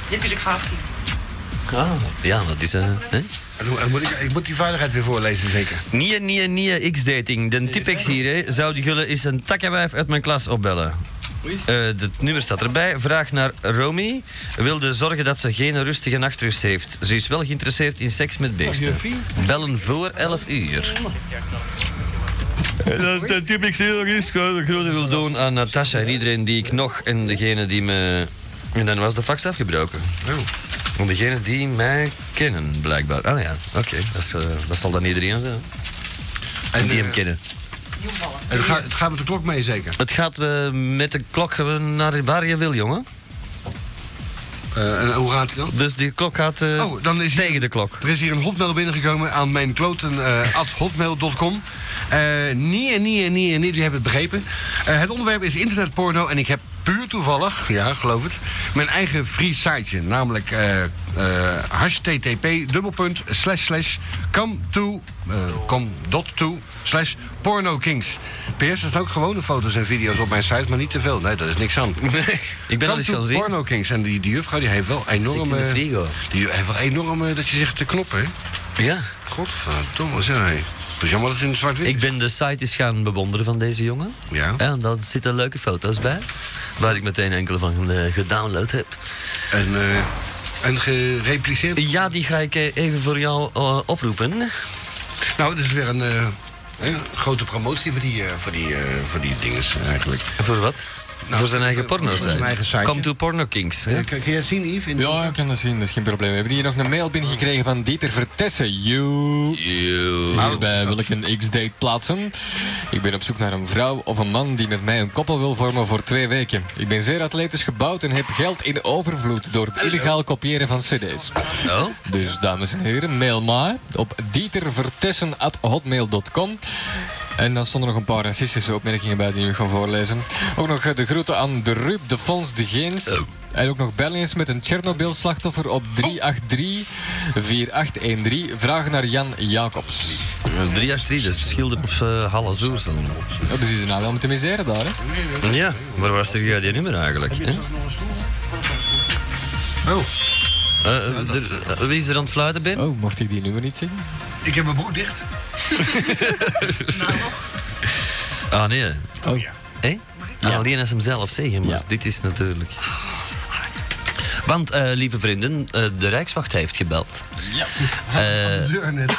Je kus ik vijf keer. Ah, ja, dat is... eh, hè? En hoe- en moet ik, ik moet die veiligheid weer voorlezen, zeker. Nee, nee, nee, X-dating. De tipex hier, hè. Zou die gullen eens een takkenwijf uit mijn klas opbellen? Eh het nummer staat erbij. Vraag naar Romy. Wilde zorgen dat ze geen rustige nachtrust heeft. Ze is wel geïnteresseerd in seks met beesten. Bellen voor 11 uur. Eh, Dat, dat heb ik heel eens grote wil doen aan Natasha en iedereen die ik nog en degene die me... En dan was de fax afgebroken. Oh. Want degene die mij kennen, blijkbaar. Ah ja, oké. Dat, is, eh, dat zal dan iedereen zijn. En eh, die hem kennen. En het, gaat, het gaat met de klok mee, zeker. Het gaat eh, met de klok eh, naar waar je wil, jongen. Eh, en hoe gaat hij dan? Dus die klok gaat eh, Oh, dan is hij- tegen de klok. Er is hier een hotmail binnengekomen aan mijn kloten eh, at hotmail.com. Eh, nee, nee, nee, nee, die hebben het begrepen. Eh, het onderwerp is internetporno en ik heb puur toevallig, ja, geloof het, mijn eigen free siteje. Namelijk eh eh http dubbelpunt slash slash come to, eh, come dot to slash pornokings. PS, er staan ook gewone foto's en video's op mijn site, maar niet te veel. Nee, dat is niks aan. Ik ben al eens gaan zien. Porno Kings. En die, die juffrouw die heeft wel enorm... in de eh, frigo. Die heeft wel enorm eh, dat je zegt te knoppen, hè? Ja. Godverdomme, zeg hij. Het is jammer dat het in zwart-wit Ik is. ben de site eens gaan bewonderen van deze jongen. Ja. En daar zitten leuke foto's bij. Waar ik meteen enkele van eh, gedownload heb. En, eh, en gerepliceerd. Ja, die ga ik eh, even voor jou eh, oproepen. Nou, dit is weer een eh, hè, grote promotie voor die, eh, voor die, eh, voor die dinges eigenlijk. Voor wat? Nou, voor zijn eigen voor- voor porno zijn eigen site. Come to Porno Kings. Hè? Eh, Kun kun jij het zien, Yves? In de- Ja, ik kan dat zien, dat is geen probleem. We hebben hier nog een mail binnengekregen van Dieter Vertessen. You. Hierbij wil ik een X-date plaatsen. Ik ben op zoek naar een vrouw of een man die met mij een koppel wil vormen voor twee weken. Ik ben zeer atletisch gebouwd en heb geld in overvloed door het illegaal kopiëren van cd's. Oh? Dus dames en heren, mail maar op dietervertessen.hotmail.com. En dan stonden nog een paar racistische opmerkingen bij die we gaan voorlezen. Ook nog eh, de groeten aan de Rup, de Fons, de Geens. En ook nog bellen eens met een Tsjernobyl-slachtoffer op 383-4813. Vragen naar Jan Jacobs. 3 jaar 3, dat is schilder of uh, Halazoers dan. Dat is hier nou wel moeten miseren daar, hè? Ja, maar waar stel jij die nummer eigenlijk? Hè? Oh, Eh, eh, er- eh, wie is er aan het fluiten, Ben? Oh, mocht ik die nummer niet zien? ik heb mijn broek dicht. Ah, nee. Oh, ja. Hé? Ja, alleen als hem zelf zeggen, maar Ja. dit is natuurlijk... Want, eh, lieve vrienden, eh, de Rijkswacht heeft gebeld. Eh, De deur net.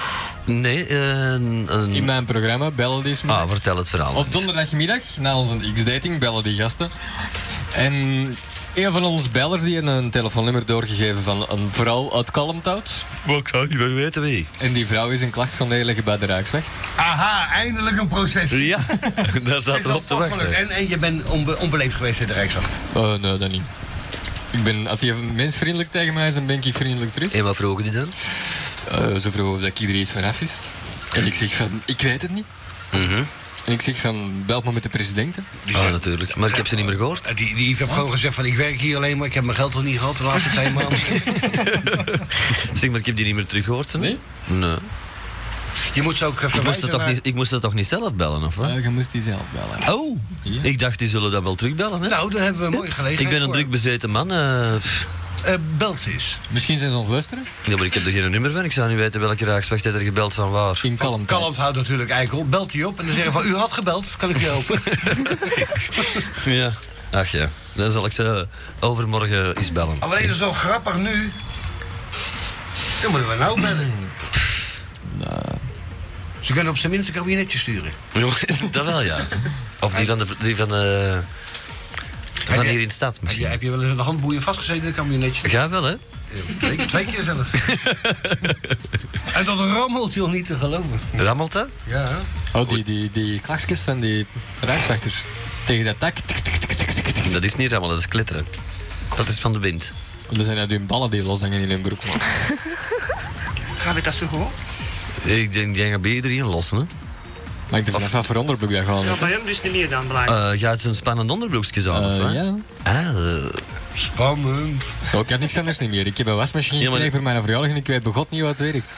Nee, eh, een- een- In mijn programma bellen die eens maar. Ah, vertel het verhaal. Op donderdagmiddag, na onze X-dating, bellen die gasten. En een van ons bellers die had een telefoonnummer doorgegeven van een vrouw uit Kalmthout. Wat zou je maar weten wie? En die vrouw is een klacht gaan neerleggen bij de Rijkswacht. Aha, eindelijk een proces. Ja, daar zat Is dat er op te toch gelukt? wachten. En, en je bent onbe- onbeleefd geweest in de Rijkswacht. Eh, nee, dat niet. Ik ben, als die mens vriendelijk tegen mij is, dan ben ik vriendelijk terug. En wat vroegen die dan? Eh, ze vroegen of dat ik iedereen iets van af wist. En ik zeg van, ik weet het niet. En ik zeg van, bel maar met de president. hè. Ah, natuurlijk. Maar ik heb ze niet meer gehoord. Eh, Die, die Yves heeft gewoon gezegd van ik werk hier alleen maar, ik heb mijn geld nog niet gehad de laatste twee maanden. Zeg maar, ik heb die niet meer teruggehoord. ze. Nee? Nee. Je moet ze ook eh, Ik moest, verwijzen dat toch naar- niet, ik moest dat toch niet zelf bellen, of wat? Eh, je moest die zelf bellen. Oh, Ja. ik dacht, die zullen dat wel terugbellen, hè? Nou, daar hebben we een mooie gelegenheid ik ben een voor. druk bezeten man. eh, pff. Eh, belt ze eens. Misschien zijn ze ons luisteren. ja, maar ik heb er geen nummer van. Ik zou niet weten welke raakswacht heeft er gebeld van waar. In Kalmthout. Kalland houdt natuurlijk eikel. Belt hij op en dan zeggen van u had gebeld, kan ik je helpen? Ja. Ach ja, dan zal ik ze eh, overmorgen eens bellen. Maar alleen zo grappig nu. Dan moeten we nou bellen. nou. Ze kunnen op zijn minst een kabinetje sturen. dat wel, ja. Of die van de... Die van de van hier in de stad Heb je, misschien. heb je wel eens aan de handboeien vastgezeten in een kabinetje? Ga wel, hè? Twee, twee keer zelfs. en dat rammelt joh niet te geloven. Rammelt dat? Ja. Oh, die, die, die klaksjes van die rijkswachters. Tegen dat tak. Tik, tik, tik, tik, tik, tik. Dat is niet rammelen, dat is kletteren. Dat is van de wind. Dat zijn uit hun ballen die loshangen in hun broek. man. Gaan we dat zo gewoon? Ik denk, jij gaat bij iedereen lossen, hè? Maar ik denk vanaf wat voor onderbroek dat gewoon. Ja, bij hem dus niet meer dan, blijkbaar. Eh gaat ze een spannend onderbroekje aan, of Eh, wat? ja. Ah, eh, Spannend. Oh, ik had niks anders niet meer. Ik heb een wasmachine Ja, maar- gekregen voor mijn verjaardag en ik weet begot niet wat het werkt.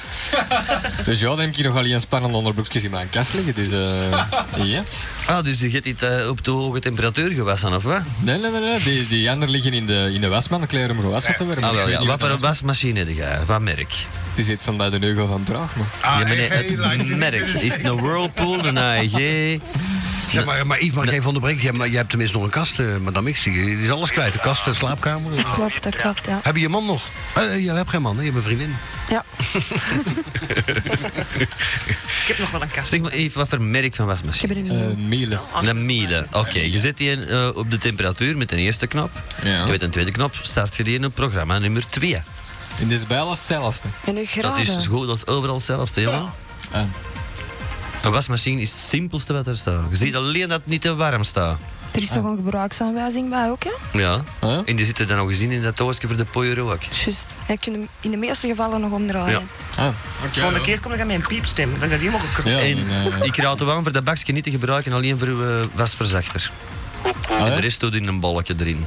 dus ja, dan heb ik hier nog al een spannend onderbroekjes in mijn kast liggen. Dus eh, ja. Ah, dus je hebt dit eh, op de hoge temperatuur gewassen, of wat? Nee, nee, nee. nee. Die, die anderen liggen in de, in de wasman. Ik leer hem gewassen te worden. Ah, Ik wel, weet ja. niet Wat wat voor een dat wasmachine heb je? Wat merk? is. Het is iets van bij de Neugo van Praag. Maar. Ja, AEG meneer, lijkt het je merk. Ah, niet te Is het een Whirlpool, een E AEG? Zeg maar, maar Yves, mag ik even onderbreken? Jij, maar, jij hebt tenminste nog een kast, eh madame X. Die is alles kwijt. De kast, de slaapkamer. Klopt, dat klopt, ja. Heb je je man nog? Eh, je hebt geen man, hè? je hebt een vriendin. Ja, Ik heb nog wel een kast. Zeg maar even, wat voor merk van ik heb wasmachine? er niet Eh zo. Miele. Een Miele. Oké, je zet die eh, op de temperatuur met een eerste knop. Ja. Je met een tweede knop start je die in op programma nummer 2. En dit is bijna hetzelfde. En nu Dat graden. is zo goed als overal hetzelfde, jongen. Ah. Een wasmachine is het simpelste wat er staat. Je ziet alleen dat het niet te warm staat. Er is toch een gebruiksaanwijzing bij ook, hè? Ja. Huh? En die zitten dan nog eens in in dat doosje voor de pooier ook. Juist. En je kunt hem in de meeste gevallen nog omdraaien. Ah, De volgende keer kom ik aan mijn piepstem. Dan gaat die helemaal gekropt. Ja, En en, eh, ik raad er aan voor dat bakje niet te gebruiken, alleen voor uw eh, wasverzachter. ah, En ja? de rest doet in een bolletje erin.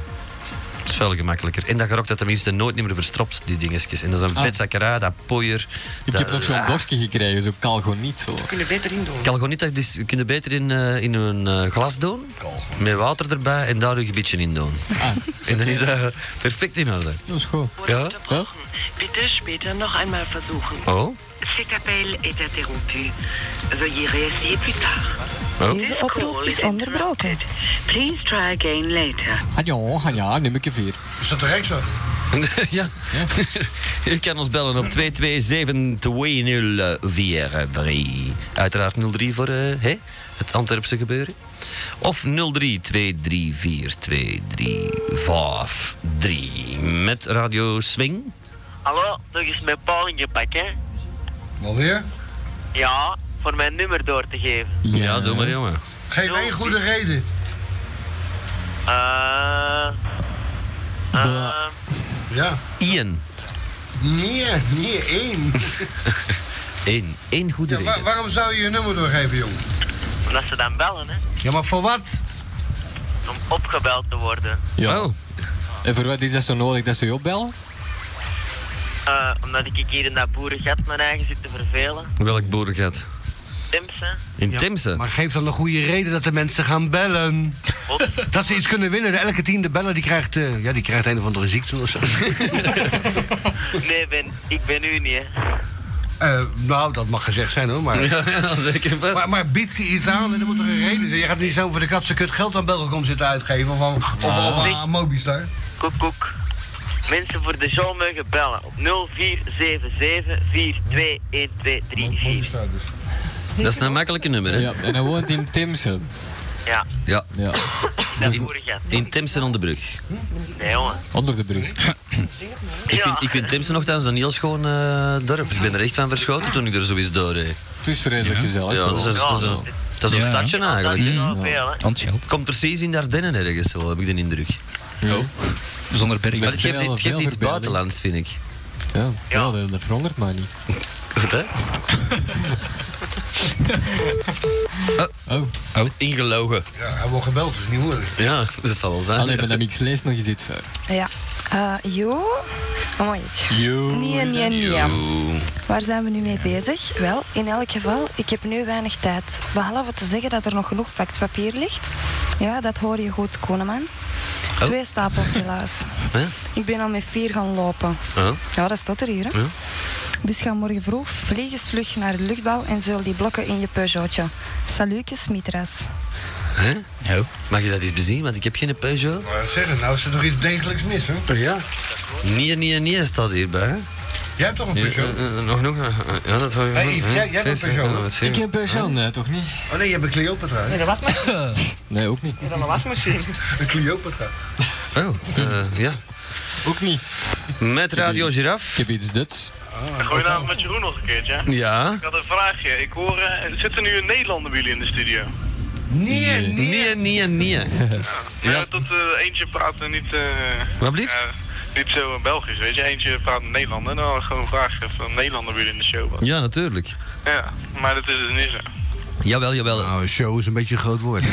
Dat is veel gemakkelijker. En dat gerookt dat tenminste nooit niet meer verstopt, die dingetjes. En dat is een Ah. vet zakkerij, dat pooier. Ah. Ik heb nog zo'n bosje gekregen, zo kalgoniet. Zo. We kunnen beter in doen. Calgonita dus, kun je beter in, eh, in een eh, glas doen, met water erbij en daar een gebiedje in doen. Ah, En dan is dat perfect in orde. dat is goed. Ja? Ja? Bitte später noch einmal versuchen. Oh? Cet appel est interrompu. Veuillez réessayer plus tard. oh. Deze oproep is onderbroken. Please try again later. Ah, ja, ah, ja, nummer 4. Is dat de Rijkswacht? ja. U kan ons bellen op 227-2043. Uiteraard 03 voor eh, hè, het Antwerpse gebeuren. Of 03-234-2353 met Radio Swing. Hallo, nog eens mijn paal ingepakt, hè? Alweer? Ja, voor mijn nummer door te geven. Ja, doe maar jongen. Geef één goede reden. Eh. eh, Ja. Ian. Nee, nee, één. Eén. Eén goede Ja, wa- reden. waarom zou je je nummer doorgeven, jong? omdat ze dan bellen, hè? Ja, maar voor wat? Om opgebeld te worden. Ja. Oh, En voor wat is dat zo nodig dat ze je opbellen? Eh, omdat ik hier in dat boerengat mijn eigen zit te vervelen. Welk boerengat? Timps, hè? In Timsen? Maar geef dan een goede reden dat de mensen gaan bellen. dat ze iets kunnen winnen. Elke tiende beller die krijgt, eh, ja, die krijgt een of andere ziekte of zo. Nee, ben, ik ben u niet, hè? Eh, nou, dat mag gezegd zijn hoor. Maar, Ja, ja, zeker best. maar, maar biedt ze iets aan en dan moet er een reden zijn. Je gaat niet zo voor de katse kut geld aan Belgacom zitten uitgeven. Of aan, of aan- Ah. aan Mobistar. Koek, koek. Mensen voor de show mogen bellen op 0477 Mobistar dus. Dat is een makkelijke nummer, hè? Ja. En hij woont in Timsen. Ja, Ja. Ja. dat boerengat. In Timsen onder de brug. Nee, jongen. Onder de brug. Ik Ja. vind, ik vind Timsen nogthans een heel schoon eh, dorp. Ik ben er echt van verschoten toen ik er zo eens doorreed. Het is Dus redelijk gezellig. Ja, dat is, dat is, Ja. dat is een, dat is een Ja. stadje Dat eigenlijk. is hè. wel veel, hè? Antscheld. Komt precies in de Ardennen ergens zo, heb ik de indruk. Ja. Zonder Maar bergen. het geeft, veel- het veel geeft iets verbeelding. buitenlands, vind ik. Ja, Ja. dat, dat verandert maar niet. Goed, hè? Ah, Oh, Ingelogen. Ja, hij wordt gebeld, dat is niet moeilijk. Ja, dat zal wel zijn. alleen bij de leest nog eens dit ver. Ja. Eh, jo. Amai. Yo. Nee, nee, nee. Oeh. Waar zijn we nu mee bezig? Wel, in elk geval, ik heb nu weinig tijd. Behalve te zeggen dat er nog genoeg papier ligt. Ja, dat hoor je goed, Koneman. Oh. Twee stapels helaas. Hè? Ik ben al met vier gaan lopen. Oh. Ja, dat staat er hier. Hè? Ja. Dus ga morgen vroeg vliegensvlug naar de luchtbouw en zul die blokken in je Peugeotje. Salutjes, Mitras. Hè? Ja. Mag je dat eens bezien? Want ik heb geen Peugeot. Maar zeg het nou, is er toch iets degelijks mis, hè? Ja. Nee, nee, nee staat hierbij. hè? Jij hebt toch een Peugeot? Eh, eh, nog, nog. eh, eh, Ja, dat hoor je. Hey, goed, Yves, hè? jij- jij hebt een Zes, eh, Peugeot, hè? wat zie Ik je? heb Peugeot, nee, toch niet? Oh nee, je hebt een Cleopatra, hè? Nee, dat was maar. Nee, ook niet. Ja, dat was misschien. Een Cleopatra. Oh, eh, ja. Ook niet. Met Radio Ik Giraffe. heb iets Duts. Goedenavond met Jeroen nog een keertje. hè? Ja. Ik had een vraagje. Ik hoor, eh, zit er nu een Nederlander bij jullie in de studio? Nee, Nee, nee, nee. Ja. Ja. dat eh, eentje praat eh, niet... eh, Wat blieft? eh, niet zo Belgisch, weet je. Eentje praat Nederlander. En dan had ik gewoon vragen of een Nederlander weer in de show was. Ja, natuurlijk. Ja, maar dat is het niet zo. Jawel, jawel. Nou, een show is een beetje een groot woord.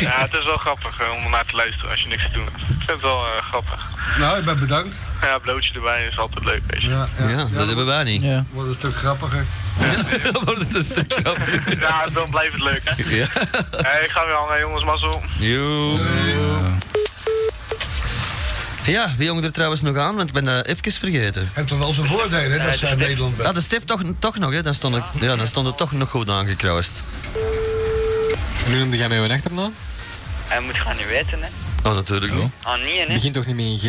Ja, het is wel grappig eh, om naar te luisteren als je niks te doen hebt. Ik vind het wel eh, grappig. Nou, ik ben bedankt. Ja, blootje erbij is altijd leuk, weet je. Ja, ja. Ja, dat hebben wij niet. Ja. Wordt een stuk grappiger. Dan wordt het een stuk grappiger. Ja, dan blijft het leuk, hè. Ja. Hey, ik ga weer hangen, jongens. Mazzel. Yo. Ja, wie hong er trouwens nog aan? Want ik ben dat even vergeten. Heeft toch wel zijn voordelen, hè, dat ze in Nederland bent. Ah, de Stef toch, toch nog, hè? Dan stond, ik, ja, dan stond het toch nog goed aangekruist. Nu noemde jij mij mijn achternaam? Hij moet gaan nu weten, hè. Oh, natuurlijk niet. Oh, nee, hè. Begint toch niet met een G?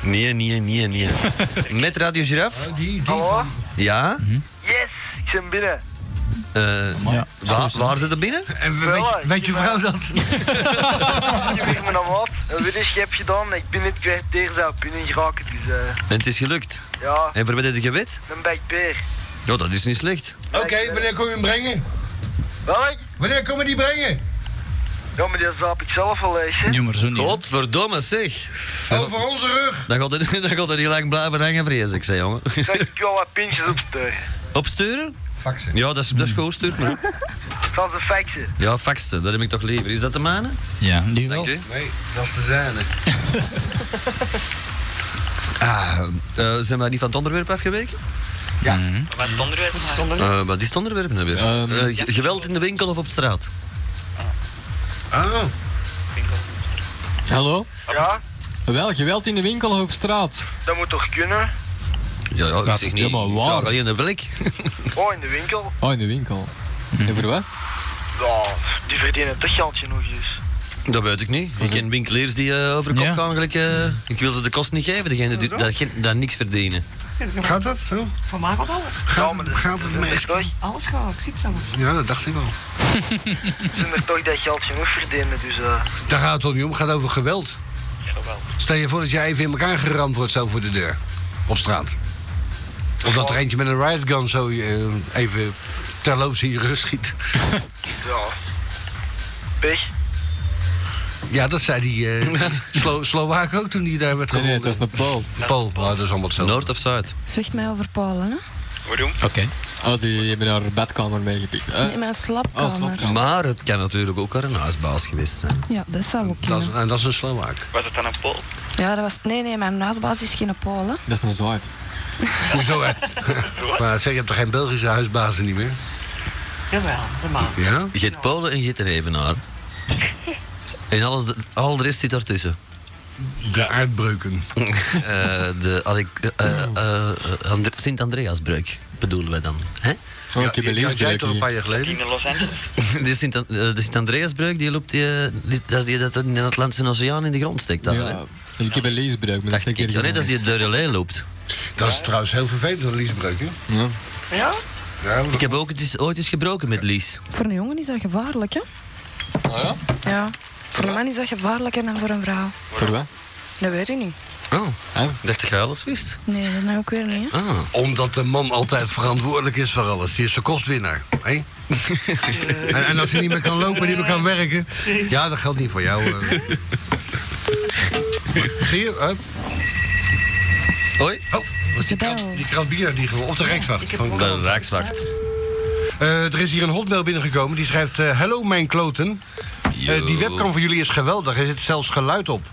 Nee, nee, nee, nee. Met Radio Giraffe? Oh, die, die. Hallo? Ja. Yes, ik ben binnen. Eh, Ja. waar, waar zit er binnen? En weet, je- weet je vrouw dat? Je vraagt me dan wat. Een weddenschap gedaan. Ik ben niet kwijt tegen zou binnen geraken. Dus eh, En het is gelukt. ja, En voor wat heb je gewet? een backpeer. Ja, dat is niet slecht. Oké, wanneer kom je hem brengen? Welk? Wanneer kom je die brengen? Ja, maar die zaap ik zelf al eens, hè. Doe maar zo niet. hè. Godverdomme zeg. Over onze rug. Dan gaat het, dan gaat het niet lang blijven hangen, vrees ik, zeg jongen. Zal ik wel wat pintjes opsturen. Opsturen? Faxen. Ja, dat is, dat is goed, stuurt me. Zal ze faxen. Ja, faxen, dat heb ik toch liever. Is dat de manen? Nou, Ja, nu wel. Dank u. Nee, dat is de zijne. Ah, eh, zijn we niet van het onderwerp afgeweken? Mhm. Wat het onderwerp? Eh, wat is het onderwerp nou weer? Ehm, Eh, ge- geweld in de winkel of op straat? Oh, Hallo? Ja, Wel, geweld in de winkel of op straat? dat moet toch kunnen? Ja, ja ik Ja, zeg maar niet. waar? Ik vraag alleen de welk. Oh, in de winkel? Hm. Oh, in de winkel. En voor wat? Ja, die verdienen toch geld genoeg, dus. Dat weet ik niet. Ik ken winkeliers die eh, over de kop gaan. Gelijk, eh, ik wil ze de kost niet geven, degene die dat, geen- dat niks verdienen. Gaat dat zo? Voor mij gaat alles. Gaat, gaat het mee? Alles gaat, ik zie het zelf. Ja, dat dacht ik wel. Toen er toch dat geld genoeg verdienen, dus... eh Daar gaat het toch niet om, het gaat over geweld. Stel je voor dat jij even in elkaar geramd wordt zo voor de deur. Op straat. Of dat er eentje met een riot gun zo eh, even terloops in je rust schiet. Ja. Pech. Ja, dat zei die eh, Slo Slowaak ook toen die daar werd gevonden. Nee, dat is een Pool. Pool, nou, dat is allemaal hetzelfde. Noord of Zuid? Zwicht mij over Polen, hè? Oké. Oh, die hebben daar badkamer mee gepikt. Eh, Nee, mijn slapkamer. Maar het kan natuurlijk ook haar een huisbaas geweest zijn. Ja, dat zou ook kunnen. en dat is een Slowaak. Was het dan een pol? Ja, dat was... Nee, nee, mijn huisbaas is geen Polen. Dat is een Zuid. Hoezo, hè? maar zeg, je hebt toch geen Belgische huisbazen niet meer? Jawel, de maan. Ja? Je hebt Polen en je hebt een Evenaar. En alles, de- al de rest zit daartussen. De aardbreuken. de Alec- eh, eh, eh, Andre- Sint-Andreasbreuk bedoelen wij dan. Hè? Oh, ik heb een leesbreuk hier. In Los Angeles. De Sint- eh, de Sint-Andreasbreuk die loopt, die, eh, die- dat is die dat in de Atlantische Oceaan in de grond steekt. daar, hè? Ja, ik heb een leesbreuk, maar dat is Dacht een ik, keer ja, nee, dat is die de relais loopt. Dat is trouwens heel vervelend, dat liesbreuk, hè? Ja. Ja? Ik heb ook het is ooit eens gebroken met Lies. Voor een jongen is dat gevaarlijk, hè? Ah, ja? Ja. Voor een man is dat gevaarlijker dan voor een vrouw. Voor wat? Dat weet ik niet. Oh, ik dacht dat je alles wist. Nee, dat nou ook weer niet, hè? Omdat de man altijd verantwoordelijk is voor alles. Die is de kostwinnaar. Hè? en, en als hij niet meer kan lopen, niet meer kan werken. Ja, dat geldt niet voor jou. eh. Zie je? Hup. Hoi. Oh, dat is die krat, die krat bier die gewoon. Of de Rijkswacht. Van- De Rijkswacht. Eh, er is hier een hotmail binnengekomen. Die schrijft: eh, Hallo, mijn kloten. Eh, die webcam van jullie is geweldig. Er zit zelfs geluid op.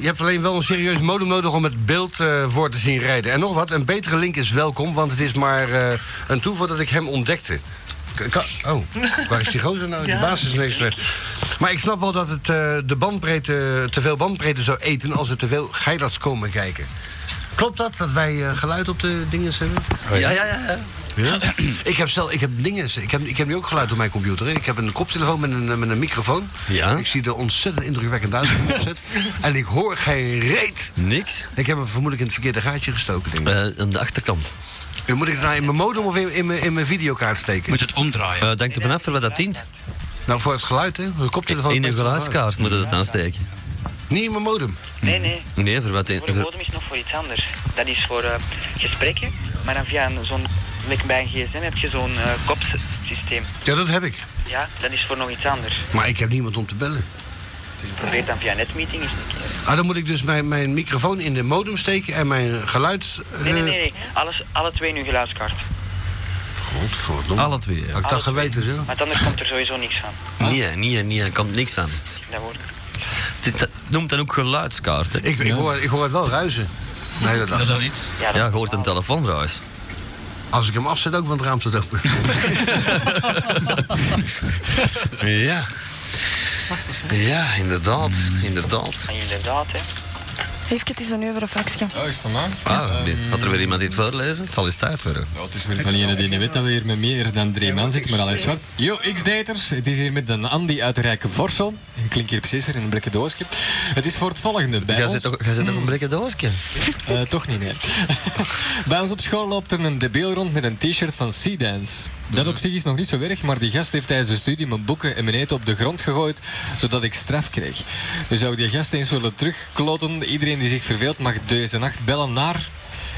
je hebt alleen wel een serieus modem nodig om het beeld eh, voor te zien rijden. En nog wat: een betere link is welkom, want het is maar eh, een toeval dat ik hem ontdekte. K- ka- oh, waar is die gozer nou? Die Ja. basis is niks meer. Maar ik snap wel dat het eh, de bandbreedte, te veel bandbreedte zou eten als er te veel geilers komen kijken. Klopt dat, dat wij eh, geluid op de dingen hebben? Ja, ja, ja. ja. Ja? ik heb zelf, ik heb dingen, ik heb, ik heb nu ook geluid op mijn computer. hè. Ik heb een koptelefoon met een, met een microfoon. Ja. Ik zie er ontzettend indrukwekkend uit als ik hem opzet. en ik hoor geen reet. Niks. Ik heb hem vermoedelijk in het verkeerde gaatje gestoken, denk ik. Eh, aan de achterkant. En Moet ik het nou in mijn modem of in, in, mijn, in mijn videokaart steken? Eh. Moet het omdraaien. Dank Eh, dank er vanaf voor wat dat dient. Nou, voor het geluid, hè? De koptelefoon. In een geluidskaart moet je dat aansteken. Niet in mijn modem. nee, nee. Nee, voor wat... Voor de modem is nog voor iets anders. Dat is voor eh, gesprekken, maar dan via een- zo'n... Like bij een gsm heb je zo'n eh, kopsysteem. Ja, dat heb ik. Ja, dat is voor nog iets anders. Maar ik heb niemand om te bellen. Probeer dan via netmeeting eens een keer. Ah, dan moet ik dus mijn, mijn microfoon in de modem steken en mijn geluid... eh, Nee, nee, nee. nee. Alles, alle twee nu geluidskaart. Godverdomme. Alle twee. Had ik dat geweten, zo? Want anders komt er sowieso niks van. Nee, nee, nee, er komt niks van. Dat wordt... Dit dat noemt dan ook geluidskaart. Hè? Ik, ik, hoor, ik hoor het wel ruizen. Nee, dat, is al iets. Ja, je hoort een telefoonruis. Als ik hem afzet, ook van het raam staat open. Ja. Ja, inderdaad. Inderdaad. Inderdaad, hè. Heeft het eens een uur of faxje? Oh, is dat maar? Ah, had er weer iemand dit voorlezen? Het zal eens tijd worden. Ja, het is weer van die ene die niet weet dat we hier met meer dan drie man zitten, maar al is wat. Yo, X-daters, het is hier met een Andy uit Rijke Vorsel. Ik klink hier precies weer in een blikken doosje. Het is voor het volgende. Bij Jij ons... zit toch jij zit toch een blikken doosje? Eh, toch niet, nee. Bij ons op school loopt er een debiel rond met een t-shirt van Sea Dance. Dat op zich is nog niet zo erg, maar die gast heeft tijdens de studie mijn boeken en mijn eten op de grond gegooid, zodat ik straf kreeg. Dus zou ik die gast eens willen terugkloten. Iedereen die zich verveelt mag deze nacht bellen naar...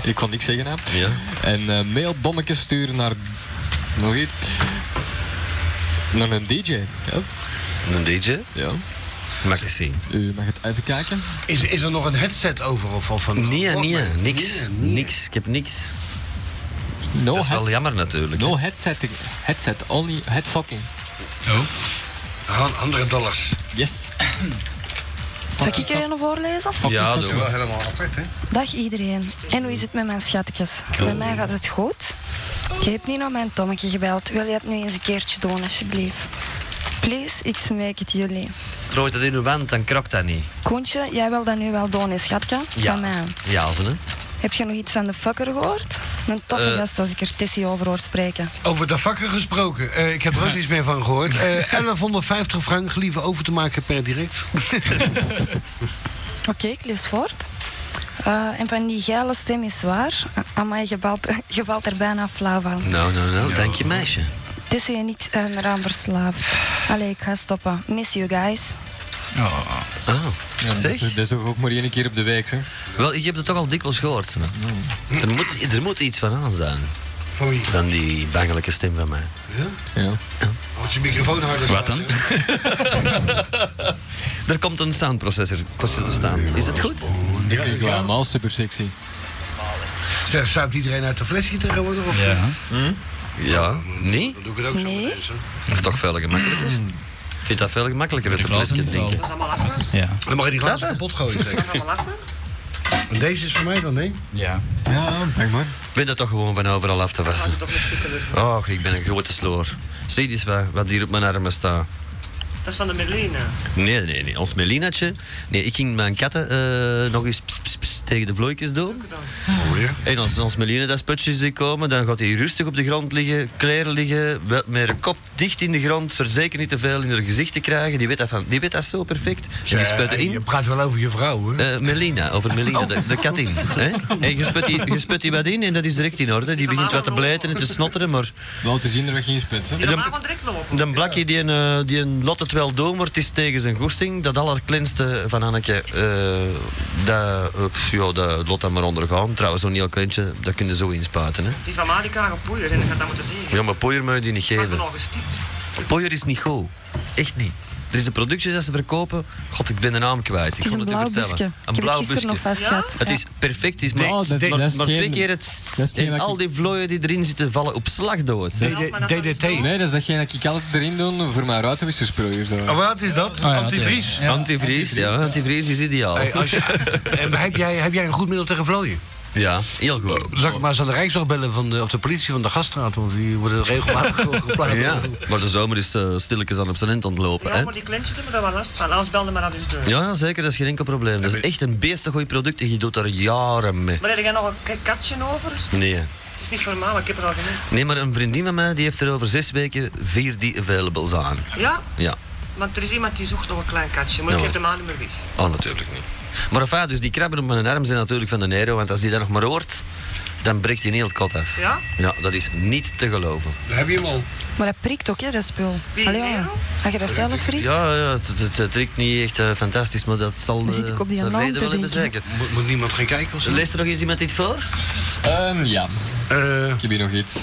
Ik kon niks zeggen, hè. Ja. En eh, mailbommetjes sturen naar... Nog iets. Naar een DJ. Ja. Een DJ? Ja. Mag ik zien. U mag het even kijken. Is, is er nog een headset over of al van? Nee, Walkman? nee, niks. Nee, nee. Niks. Ik heb niks. No Dat is wel headset. jammer natuurlijk. No headset. Headset. Only head fucking. Oh. andere dollars. Yes. Zal ik er een voorlezen? Ja, Dat is doe wel maar. helemaal apart, hè? Dag iedereen. En hoe is het met mijn schatjes? Bij mij gaat het goed. Je hebt niet naar mijn tommetje gebeld. Wil je het nu eens een keertje doen, alsjeblieft? Please, ik smeek het jullie. Strooit dat in uw wand, dan krokt dat niet. Koentje, jij wil dat nu wel doen, hè, schatje? Ja. Van mij. Ja, ze, hè? Heb je nog iets van de fucker gehoord? Een toffe Eh. gast als ik er Tessie over hoor spreken. Over de vakken gesproken. eh, ik heb er ook niets meer van gehoord. Eh, 1150 frank liever over te maken per direct. Oké, ik lees voort. Eh, en van die geile stem is waar. Amai, je valt, je valt er bijna flauw van. Nou, nou, nou, dank je meisje. Tessie en ik zijn eraan verslaafd. Allee, ik ga stoppen. Miss you guys. Oh. dat, Zeg. is, dat is toch ook maar één keer op de week, hè? Wel, ik heb het toch al dikwijls gehoord. man. Er, moet, er moet iets van aan zijn. Van wie? Dan die bangelijke stem van mij. Ja? Als je microfoon harder Wat dan? er komt een soundprocessor tussen te staan. Is het goed? Ja, ik wel allemaal super sexy. Zeg, zuipt iedereen uit de flesje tegenwoordig? Of? Hm? Ja, nee? Dan doe ik het ook zo. Nee. Dat is toch veel gemakkelijker? Ik vind dat veel gemakkelijker met een flesje drinken. Ja. Dan mag je die glazen kapot gooien. Zeg. En deze is voor mij dan, nee? Ja. Ja, denk maar. Ik ben dat toch gewoon van overal af te wassen. Och, ik ben een grote sloor. Zie eens wat, wat hier op mijn armen staat. Dat is van de Melina. Nee, nee, nee. Ons Melinatje. Nee, ik ging mijn katten eh, nog eens ps, ps, ps tegen de vlooitjes doen. En als ons Melina dat sputje ziet komen, dan gaat hij rustig op de grond liggen, kleren liggen, wel met de kop dicht in de grond, verzeker niet te veel in haar gezicht te krijgen. Die weet dat, van, die weet dat zo perfect. En die Zeg, spuit in. Eh, Je praat wel over je vrouw, hè? Eh, Melina, over Melina, de, de kat in. Hè? En je sput, die, je sput die wat in en dat is direct in orde. Die begint wat te blijten en te snotteren, maar... Nou, te zien er weg geen spits, hè? Die normaal gewoon direct lopen. Dan blakje die een, eh, die een lot het wel doen, maar het is tegen zijn goesting. Dat allerkleinste van Anneke, eh dat, eh, pff, ja, dat lot dat maar ondergaan. Trouwens, zo'n heel kleintje, dat kun je zo inspuiten. Hè? Die van mij die kan gepoeier en ik ga dat moeten zien. Ja, maar poeier moet je die niet Ik ben geven. al gestipt. Poeier is niet goed. Echt niet. Er is een productje dat ze verkopen. God, ik ben de naam kwijt. Ik Het is kon een het u blauw vertellen. busje. Ik heb het gisteren nog vast Ja? gehad. Het Ja. is perfect. Het is maar, Nou, dat- maar- dat is maar twee geen- keer het... dat is geen en wat al ik- die vlooien die erin zitten, vallen op slag dood. DDT. Nee, Nou, dat is datgene dat ik altijd erin doe voor mijn ruitenwissersproeiers. Oh, wat is dat? Antivries? Antivries, ja. Antivries is ideaal. Hey, als je- en heb, jij, heb jij een goed middel tegen vlooien? Ja, heel goed. Zal ik maar eens aan de Rijksdag bellen van de, of de politie van de Gaststraat, want die worden regelmatig gewoon geplaatst. Ja, maar de zomer is eh, stilletjes aan op zijn end aan het lopen. Ja, Hè? maar die klintjes hebben daar wel last van. Anders belde maar dat dus door. Ja, ja, zeker, dat is geen enkel probleem. Dat is echt een beestengooi product en je doet daar jaren mee. Maar heb jij nog een k- katje over? Nee. Het is niet voor mij, maar ik heb er al genoeg. Nee, maar een vriendin van mij die heeft er over zes weken vier die availables aan. Ja, Ja, want er is iemand die zoekt nog een klein katje, maar ik Ja. heb de maan niet meer weg. oh natuurlijk niet. Maar enfin, dus die krabben op mijn arm zijn natuurlijk van de Nero, want als die dat nog maar hoort, dan breekt hij heel het kot af. Ja? Ja, dat is niet te geloven. heb je hem al. Maar dat prikt ook, hè, dat spul. Allee, jongen. Had je dat zelf prikt? Ja, ja het, het, het trekt niet echt eh, fantastisch, maar dat zal Dan zit ik op die zijn alarm reden te wel hebben denken. zeker. Moet, moet niemand gaan kijken of zo? Leest er nog eens iemand dit voor? Ehm, ja. Eh, Ik heb hier nog iets.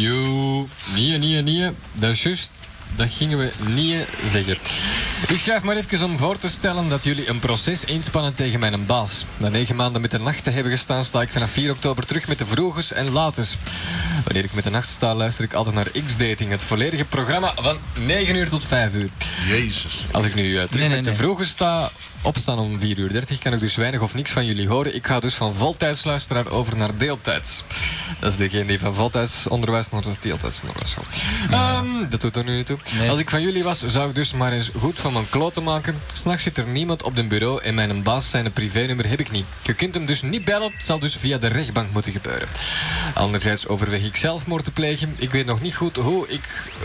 Yo, nee, nee, nee. Dat is juist. Dat gingen we niet zeggen. Ik schrijf maar even om voor te stellen dat jullie een proces inspannen tegen mijn baas. Na negen maanden met de nacht te hebben gestaan, sta ik vanaf 4 oktober terug met de vroeges en laters. Wanneer ik met de nacht sta, luister ik altijd naar X-Dating, het volledige programma van 9 uur tot 5 uur. Jezus. Als ik nu eh, terug Nee, nee, met de nee. vroege sta, opstaan om 4 uur 30, kan ik dus weinig of niks van jullie horen. Ik ga dus van voltijdsluisteraar over naar deeltijds. Dat is degene die van voltijdsonderwijs naar deeltijdsonderwijs gaat. Ehm, dat doet er nu niet toe. Nee. Als ik van jullie was, zou ik dus maar eens goed van mijn kloten maken. S'nachts zit er niemand op den bureau en mijn baas zijn privénummer heb ik niet. Je kunt hem dus niet bellen, het zal dus via de rechtbank moeten gebeuren. Anderzijds overweeg ik zelfmoord te plegen. Ik weet nog niet goed hoe ik,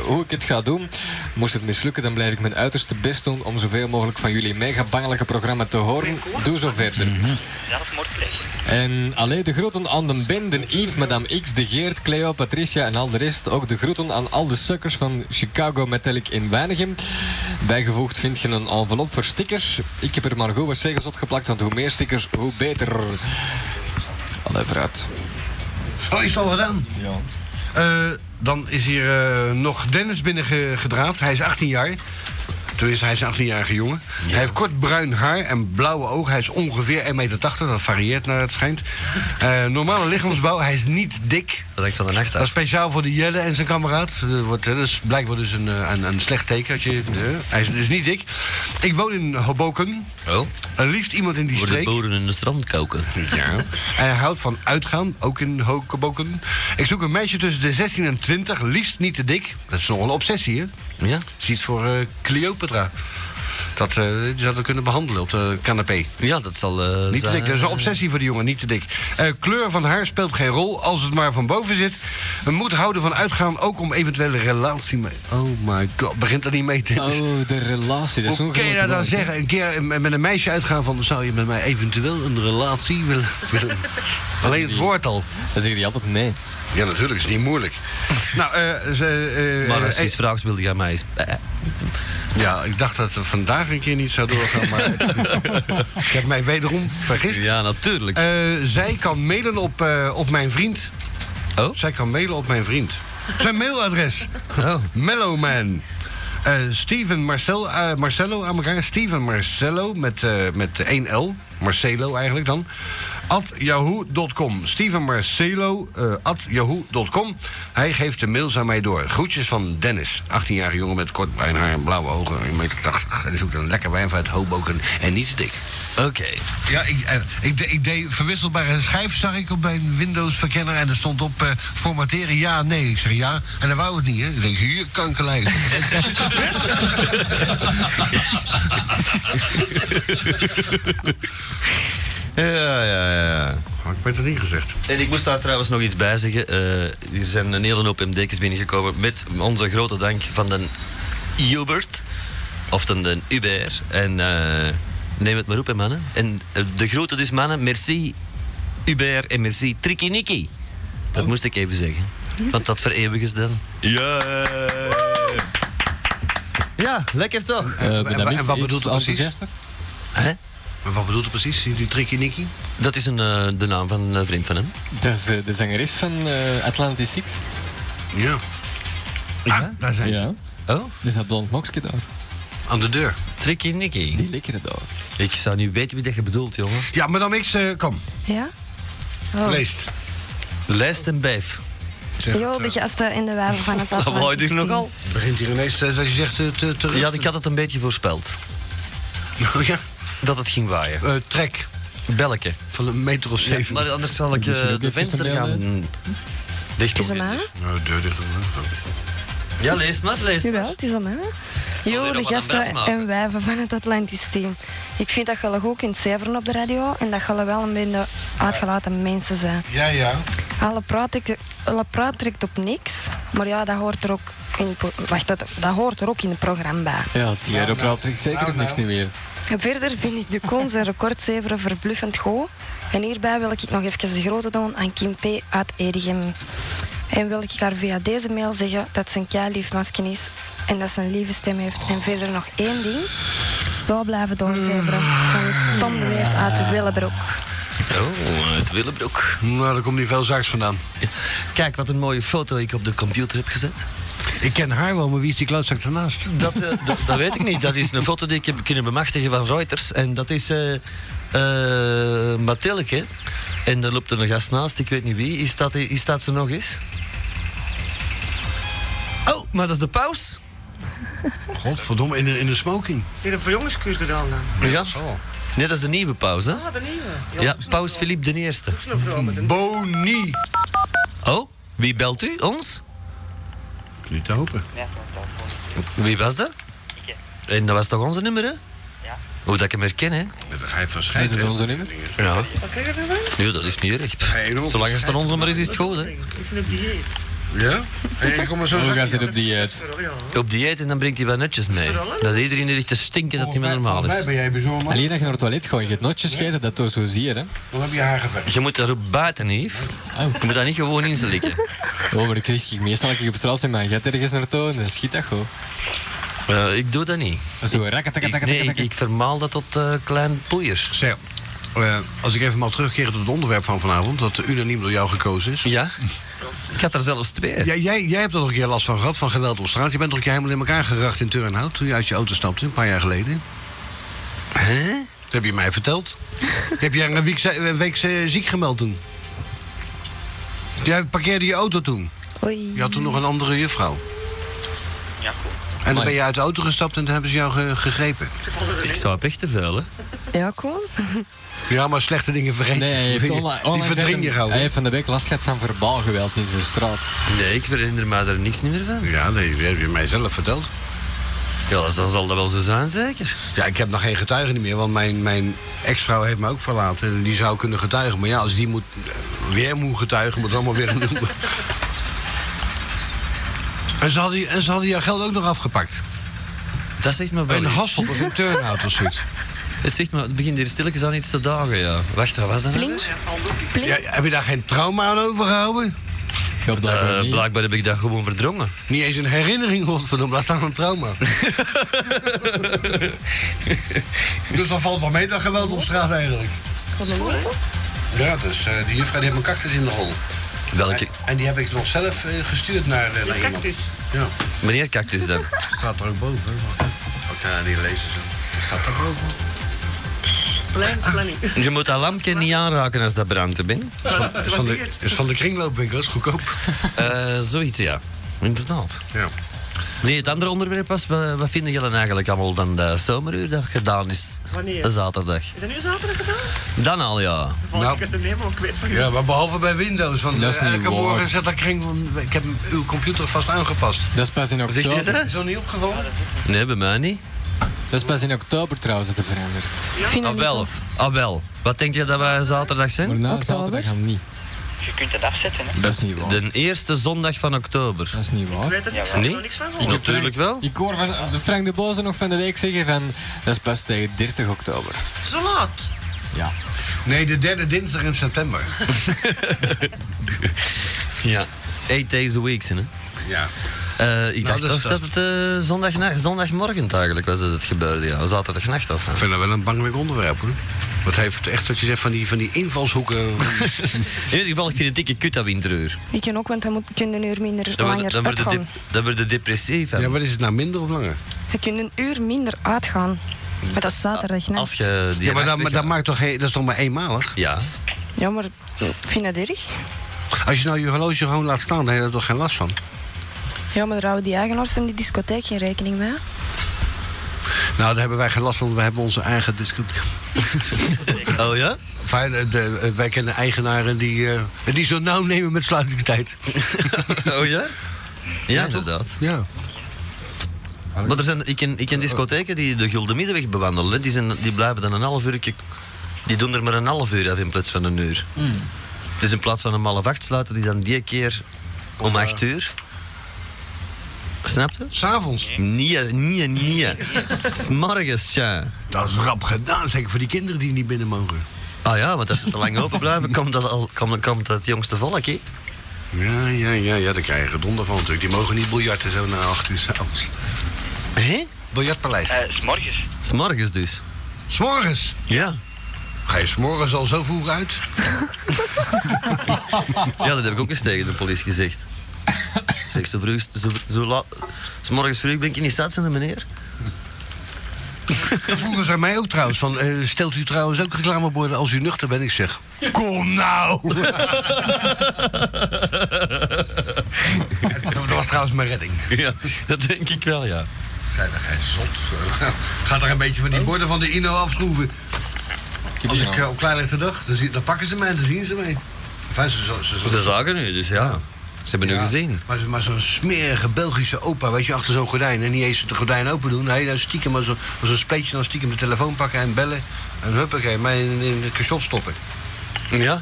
hoe ik het ga doen. Moest het mislukken, dan blijf ik mijn uiterste best doen om zoveel mogelijk van jullie mega bangelijke programma te horen. Doe zo verder. Zelfmoord plegen. En alleen de groeten aan de benden Yves, Madame X, De Geert, Cleo, Patricia en al de rest. Ook de groeten aan al de sukkers van Chicago Metallic in Weinigem. Bijgevoegd vind je een envelop voor stickers. Ik heb er maar goed wat zegels opgeplakt, want hoe meer stickers, hoe beter. Allee, vooruit. Oh, is het al gedaan? Ja. Eh, dan is hier eh, nog Dennis binnengedraafd. Hij is 18 jaar. Tenminste, hij is een 18-jarige jongen. Hij heeft kort bruin haar en blauwe ogen. Hij is ongeveer 1,80 meter. Dat varieert naar het schijnt. Eh, normale lichaamsbouw. Hij is niet dik. Dat hangt van de nacht Dat is af. Nou, speciaal voor de Jelle en zijn kameraad. Dat, wordt, eh, dat is blijkbaar dus een, eh, een, een slecht teken. Als je, eh, hij is dus niet dik. Ik woon in Hoboken. Oh, Er liefst iemand in die voor de streek. boeren in de strand koken. Ja. En hij houdt van uitgaan, ook in Hokoboken. Ik zoek een meisje tussen de 16 en 20, liefst niet te dik. Dat is nog wel een obsessie, hè? Ja? Dat is iets voor eh, Cleopatra. Dat, eh, die zouden we kunnen behandelen op de canapé. Ja, dat zal... eh, niet te zijn. dik, dat is een obsessie voor die jongen, niet te dik. Eh, kleur van haar speelt geen rol, als het maar van boven zit. We moeten houden van uitgaan, ook om eventuele relatie mee... Oh my god, begint er niet mee te... Oh, de relatie. Dat is Hoe zo'n kun je groot dat dan woord, hè? zeggen? Een keer met met een meisje uitgaan van... zou je met mij eventueel een relatie willen... willen- Alleen het woord al. Dan zeggen die altijd nee. Ja, natuurlijk. is niet moeilijk. nou, eh, ze, eh, Maar als je eh, iets vraagt, wilde jij mij eens... Ja, ik dacht dat het vandaag een keer niet zou doorgaan, maar ik heb mij wederom vergist. Ja, natuurlijk. Eh, zij kan mailen op, eh, op mijn vriend. Oh? Zij kan mailen op mijn vriend. Zijn mailadres. Oh. Mellowman. Eh, Steven Marcel, eh, Marcello aan elkaar. Steven Marcello met, eh met 1L. Marcelo eigenlijk dan. At yahoo.com. Steven Marcelo eh, at yahoo.com. Hij geeft de mails aan mij door. Groetjes van Dennis. 18-jarige jongen met kort bruin haar en blauwe ogen. 1,80 meter. Hij zoekt een lekker wijf uit Hoboken en niet te dik. Oké. Ja, ik, eh, ik, de- ik deed verwisselbare schijf, zag ik op mijn Windows-verkenner. En er stond op eh, formateren ja, nee. Ik zeg ja. En dan wou het niet, hè. Ik denk, hier kan ik lijken. eh, Ja, ja, ja. ik ben er niet gezegd. En ik moest daar trouwens nog iets bij zeggen. Eh, er zijn een hele hoop MD'kjes binnengekomen met onze grote dank van de Hubert. Of dan de Uber. En eh, neem het maar op, hè, mannen. En eh, de grote dus, mannen. Merci Uber en merci Trikiniki. Dat moest ik even zeggen. Want dat vereeuwigen ze dan. Oh. Ja! Ja, lekker toch? Eh, ben daar minstens iets enthousiaster? Hè? Maar wat bedoelt u precies, die Trikiniki? Dat is een, eh, de naam van een vriend van hem. Dat is eh, de zangeres van eh, Atlantic Six. Ja. Ja? Ah, daar zijn ja. Oh? Dus dat blond mokske daar. Aan de deur. Tricky Nicky. Die lekkere daar. Ik zou nu weten wie dat je bedoelt, jongen. Ja, madame X, eh, kom. Ja? Oh. Leest. eh, Lijst en bijf. Jo, de gasten in de waven van het Dat Atlantis wou ik team. nogal. Begint hier ineens eh, dat je zegt eh, te, te Oh, Ja, ik had het een beetje voorspeld. ja. Dat het ging waaien. Eh, trek. Belken. Van een meter of Ja, zeven. maar anders zal ik Moet je eh, ze ook de even venster bellen? gaan Hm. dicht Het is om aan. Nou, deur dicht. Ja, lees maar, lees maar. Jawel, het is om aan. je Jo, nog de wat aan best gasten maken. en wijven van het Atlantis team. Ik vind dat jullie goed kunt zeveren op de radio en dat jullie wel een beetje uitgelaten mensen zijn. Ja, ja. Alle praat, ik, alle praat trekt op niks, maar ja, dat hoort er ook in, het pro- wacht, dat, dat hoort er ook in het programma bij. Ja, die aeropraat trekt zeker Nou, op niks nou. niet meer. En Verder vind ik de cons en recordzeveren verbluffend goed. En hierbij wil ik nog even de grote doen aan Kim P. uit Edegem. En wil ik haar via deze mail zeggen dat ze een keilief masken is en dat ze een lieve stem heeft. En verder nog één ding. Zo blijven doorzeveren. Van Tom de Weert uit Willebroek. Oh, uit Willebroek. Nou, daar komt niet veel zaaks vandaan. Kijk, wat een mooie foto ik op de computer heb gezet. Ik ken haar wel, maar wie is die klootzak daarnaast? Dat, eh, dat, dat weet ik niet. Dat is een foto die ik heb kunnen bemachtigen van Reuters. En dat is eh eh, Mathilde. En daar loopt er een gast naast, ik weet niet wie. Is dat, is dat ze nog eens? Oh, maar dat is de paus. Godverdomme, in een, in een smoking. Heb je een verjongingscursus gedaan dan? Ja. Oh. Nee, dat is de nieuwe paus, hè? Ah, de nieuwe. Ja, paus Filip de Eerste. Dat is een vrouw met een... Boni. Oh, wie belt u? Ons? Niet te hopen. Wie was dat? En dat was toch onze nummer, hè? Ja. Hoe dat ik hem herken, hè? Dat ga je van Is scheiden. dat onze nummer? Ja. Wat krijg je daarvan? Nee, dat is niet erg. helemaal Zolang het dan onze maar is, is het goed, hè? Ik zit op dieet. Ja? En je komt maar zo Hoe zakken. gaat het op die Dat is uit? vooral, ja. Op dieet en dan brengt hij wat nutjes mee. Verrallen? Dat iedereen ligt te stinken dat het niet meer normaal Volgens mij is. ben jij bijzonder. Alleen dat je naar het toilet gaat, je het notjes scheiden, dat doe zo zie je, hè? Dan heb je Oh. haar gevecht. Je moet daarop buiten, Yves. Je moet dat niet gewoon in ze likken. Oh, maar dan kreeg ik meestal als ik op straat in mijn gat ergens naartoe en dan schiet dat gewoon. Eh, ik doe dat niet. Zo, rakkatakka, Ik, nee, ik, ik vermaal dat tot eh, klein poeier. Zeg, eh, als ik even maar terugkeer tot het onderwerp van vanavond, dat unaniem door jou gekozen is. Ja? Ik had er zelfs twee. Ja, jij, jij hebt er nog een keer last van gehad, van geweld op straat. Je bent toch een keer helemaal in elkaar geracht in Turnhout toen je uit je auto stapte, een paar jaar geleden. Hè? Dat heb je mij verteld. heb jij een week, een week eh, ziek gemeld toen? Jij parkeerde je auto toen. Oei. Je had toen nog een andere juffrouw. Ja, goed. En dan ben je uit de auto gestapt en dan hebben ze jou ge- gegrepen. Ik zou op echt te veel, hè? Ja, cool. Ja, maar slechte dingen vergeet Nee, hij je. heeft Die- onla- Die onlangs verdring heeft je een- gauw. Hij heeft van de week last gehad van verbaal geweld in zijn straat. Nee, ik herinner me daar niks meer van. Ja, nee, dat heb je mij zelf verteld. Ja, dus dan zal dat wel zo zijn, zeker. Ja, ik heb nog geen getuigen meer, want mijn, mijn ex-vrouw heeft me ook verlaten. En die zou kunnen getuigen. Maar ja, als die moet, eh, weer moet getuigen, moet het allemaal weer een En ze, hadden, en ze hadden jouw geld ook nog afgepakt. Dat zegt me wel Een iets. hassel of een turnout of zoiets. Het zegt me, het begint hier stilletjes aan iets te dagen, ja. Wacht, wat was dat nou? Plink. Ja, heb je daar geen trauma aan overgehouden? Ja, Eh, blijkbaar, blijkbaar heb ik dat gewoon verdrongen. Niet eens een herinnering, godverdomme, laat staan een trauma. Dus dan valt wel mee dat geweld op straat eigenlijk. Ja, dus eh, die juffrouw die heeft mijn cactus in de hol. Welke? En die heb ik nog zelf eh, gestuurd naar, eh, naar iemand. Ja, Meneer Cactus dan. staat er ook boven. hè, Wacht, hè. ik kan die lezen ze. Die staat daar boven. Plan, planning. Je moet dat lampje niet aanraken als dat brandt, hè, Ben. Is van, is van de, is van de kringloopwinkel, is goedkoop. Eh, zoiets, ja. Inderdaad. Ja. Nee, het andere onderwerp was, wa- wat vinden jullie nou eigenlijk allemaal van de zomeruur dat gedaan is? Wanneer? Zaterdag. Is dat nu zaterdag gedaan? Dan al, ja. Volg ik het er nemen, want ik weet van Nou. Ja, maar behalve bij Windows, want Dat is eh, niet elke waar. morgen zet dat kring... Ik heb hem- uw computer vast aangepast. Dat is pas in Zeg je oktober. dat? Is dat niet opgevallen? Nee, bij mij niet. Dat is pas in oktober trouwens dat het verandert. Ah, wel. Ah, wel. Wat denk je dat wij zaterdag Maar zijn? na zaterdag gaan we niet. Je kunt dat afzetten, hè. Dat is niet waar. De eerste zondag van oktober. Dat is niet waar. Ik weet er niks van, ik Nee? heb er niks van gehoord. Natuurlijk wel. Ik hoor van de Frank de Boze nog van de week zeggen van... Dat is pas tegen 30 oktober. Zo laat. Ja. Nee, de derde dinsdag in september. Ja. Eight days a week, hè. Ja. Eh, ik Nou, dacht dat is toch dat dat. het eh, zondagna- zondagmorgen eigenlijk was dat het gebeurde. Ja. Zaterdagnacht of Ik vind dat wel een bangelijk onderwerp, hoor. Wat heeft echt wat je zegt van die, van die invalshoeken. In ieder geval, ik vind het dikke kut dat winteruur. Ik kan ook, want dan moet, kun je een uur minder Dan wordt langer het- dan wordt het uitgaan. dep- dan wordt het depressief. hè. Ja, wat is het nou, minder of langer? Je kunt een uur minder uitgaan. Maar dat is zaterdag, Als je die ja, maar nacht dat, maar dat, weggaat. maakt toch, geen- dat is toch maar eenmalig? Ja. Ja, maar ik vind dat erg. Als je nou je horloge gewoon laat staan, dan heb je er toch geen last van? Ja, maar daar houden die eigenaars van die discotheek geen rekening mee. Nou, daar hebben wij geen last van, want we hebben onze eigen discotheek. Oh ja? Enfin, eh, de- eh, wij kennen eigenaren die, eh, die zo nauw nemen met sluitingstijd. Oh ja? Ja, inderdaad. Ja. Maar er zijn, ik, ken, ik ken discotheken die de Gulden Middenweg bewandelen. hè. Die, zijn, die blijven dan een half uur. Die doen er maar een half uur af in plaats van een uur. Dus in plaats van een half acht sluiten die dan die keer om acht uur. Snap je? S'avonds. Nee, nee, nee. S'morgens, tja. Dat is rap gedaan, zeker voor die kinderen die niet binnen mogen. Ah ja, want als ze te lang open blijven, komt dat, al, komt, komt dat jongste volk, hè? Ja, ja, ja, ja, daar krijg je gedonder van natuurlijk. Die mogen niet biljarten zo na acht uur s'avonds. Hé? Biljartpaleis. Eh, S'morgens. S'morgens dus. S'morgens. Ja. Ga je s'morgens al zo vroeg uit? Ja, dat heb ik ook eens tegen de politie gezegd. Ik Zeg, zo vroeg, zo, zo laat, 's morgens vroeg ben ik in die stad, zijn meneer. Dat vroegen ze aan mij ook trouwens. Van, eh, stelt u trouwens ook reclameborden als u nuchter bent? Ik zeg, kom nou! dat was trouwens mijn redding. Ja, dat denk ik wel, ja. Zij toch geen zot. Ga er een beetje van die borden van de Ino afschroeven. Als ik eh, op klaarlichte dag, dan, zie- dan pakken ze mij en dan zien ze mij. Enfin, ze, ze, ze- Ze zagen nu, dus ja. Ze hebben Ja, nu gezien. Maar, zo- maar zo'n smerige Belgische opa, weet je, achter zo'n gordijn. En niet eens de gordijn open doen. Nee, dan stiekem maar zo- als een spleetje, dan stiekem de telefoon pakken en bellen. En huppakee, mij in, in het cachot stoppen. Ja?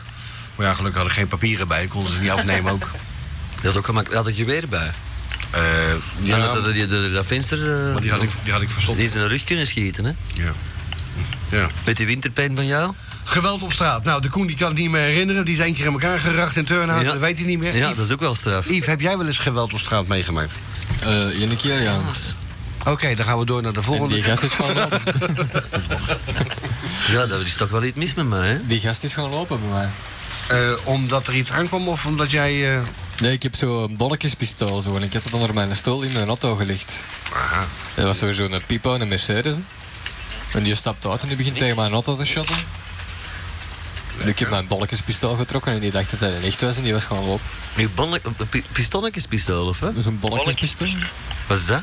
Maar ja, gelukkig had ik geen papieren bij. Ik kon ze niet afnemen ook. Dat is ook gemakkelijk. Had ik je weer bij. Eh, Ja, Anders hadden die door dat venster eh, maar die had ik, die had ik verstopt. in zijn rug kunnen schieten, hè? Ja. ja. Met die winterpijn van jou. Geweld op straat. Nou, de Koen die kan het niet meer herinneren. Die is één keer in elkaar geraakt in Turnhout. Ja. Dat weet hij niet meer. Ja, Yves, dat is ook wel straf. Yves, heb jij wel eens geweld op straat meegemaakt? Eh, ene keer, ja. Oké, dan gaan we door naar de En Ah, volgende. die gast is gewoon lopen. Ja, dat is toch wel iets mis met mij, hè? Die gast is gewoon lopen bij mij. Eh, omdat er iets aankwam of omdat jij... eh, Nee, ik heb zo'n bolletjespistool zo en ik heb dat onder mijn stoel in een auto gelegd. Dat was sowieso een Pipo, een Mercedes. En die stapt uit en die begint tegen mijn auto te shotten. En ik heb mijn bolletjespistool getrokken en die dacht dat hij een echt was en die was gewoon lopen. Je bonnetje- pi- pistonnetjespistool, of hè? Dat is een bolletjespistool. Wat is dat?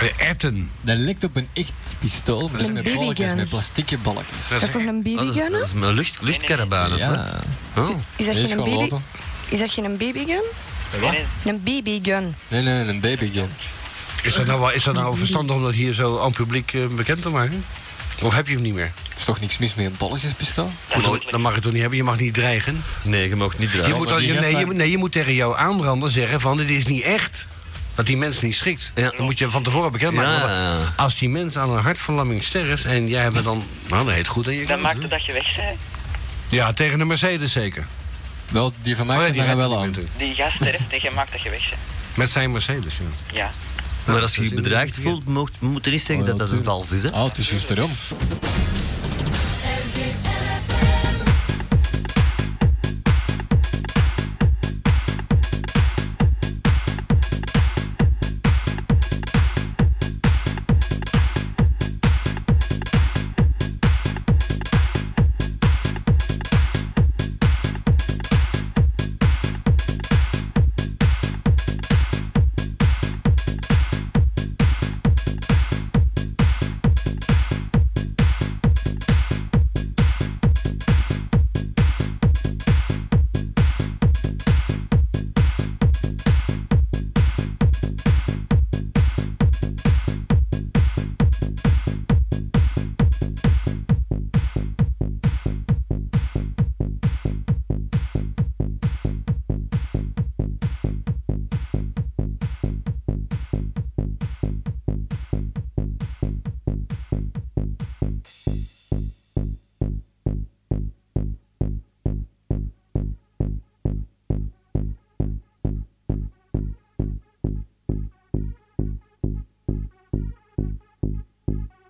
eh, Etten. Dat lijkt op een echt pistool, maar dat Een met BB bolletjes, gun. met plastieke bolletjes. Dat is toch een Ah, dat, is, BB-gun? dat hè? is een lucht, luchtkarabaan, of wat? Ja, Oh. Is dat die geen is gewoon BB? lopen. Is dat geen BB-gun? Wat? Een BB-gun. Nee, nee, een babygun. Is dat nou, wel- is dat nou verstandig om dat hier zo aan het publiek eh, bekend te maken? Of heb je hem niet meer? is toch niks mis met een bolletjespistool? Dan, dan mag je het toch niet hebben, je mag niet dreigen. Nee, je mag niet draaien. Je moet dan, je- nee, je, moet- nee, je moet tegen jouw aanbrander zeggen van dit is niet echt. Dat die mens niet schikt. Dan moet je van tevoren bekend maken. Ja. want Als die mens aan een hartverlamming sterft en jij hebt het dan... Nou, dat heet goed aan je Dan kant, maakt hoor. het dat je weg bent. Ja, tegen de Mercedes zeker. Wel, die van mij oh, ja, die daar rijdt wel er niet meer Die gast sterft en je maakt dat je weg bent. toe. Met zijn Mercedes, ja. Ja. Maar als je je bedreigd voelt, mocht- moet je niet zeggen dat dat een vals is. Hè? Oh, het is juist erom.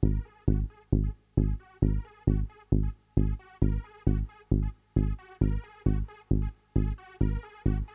Thank you.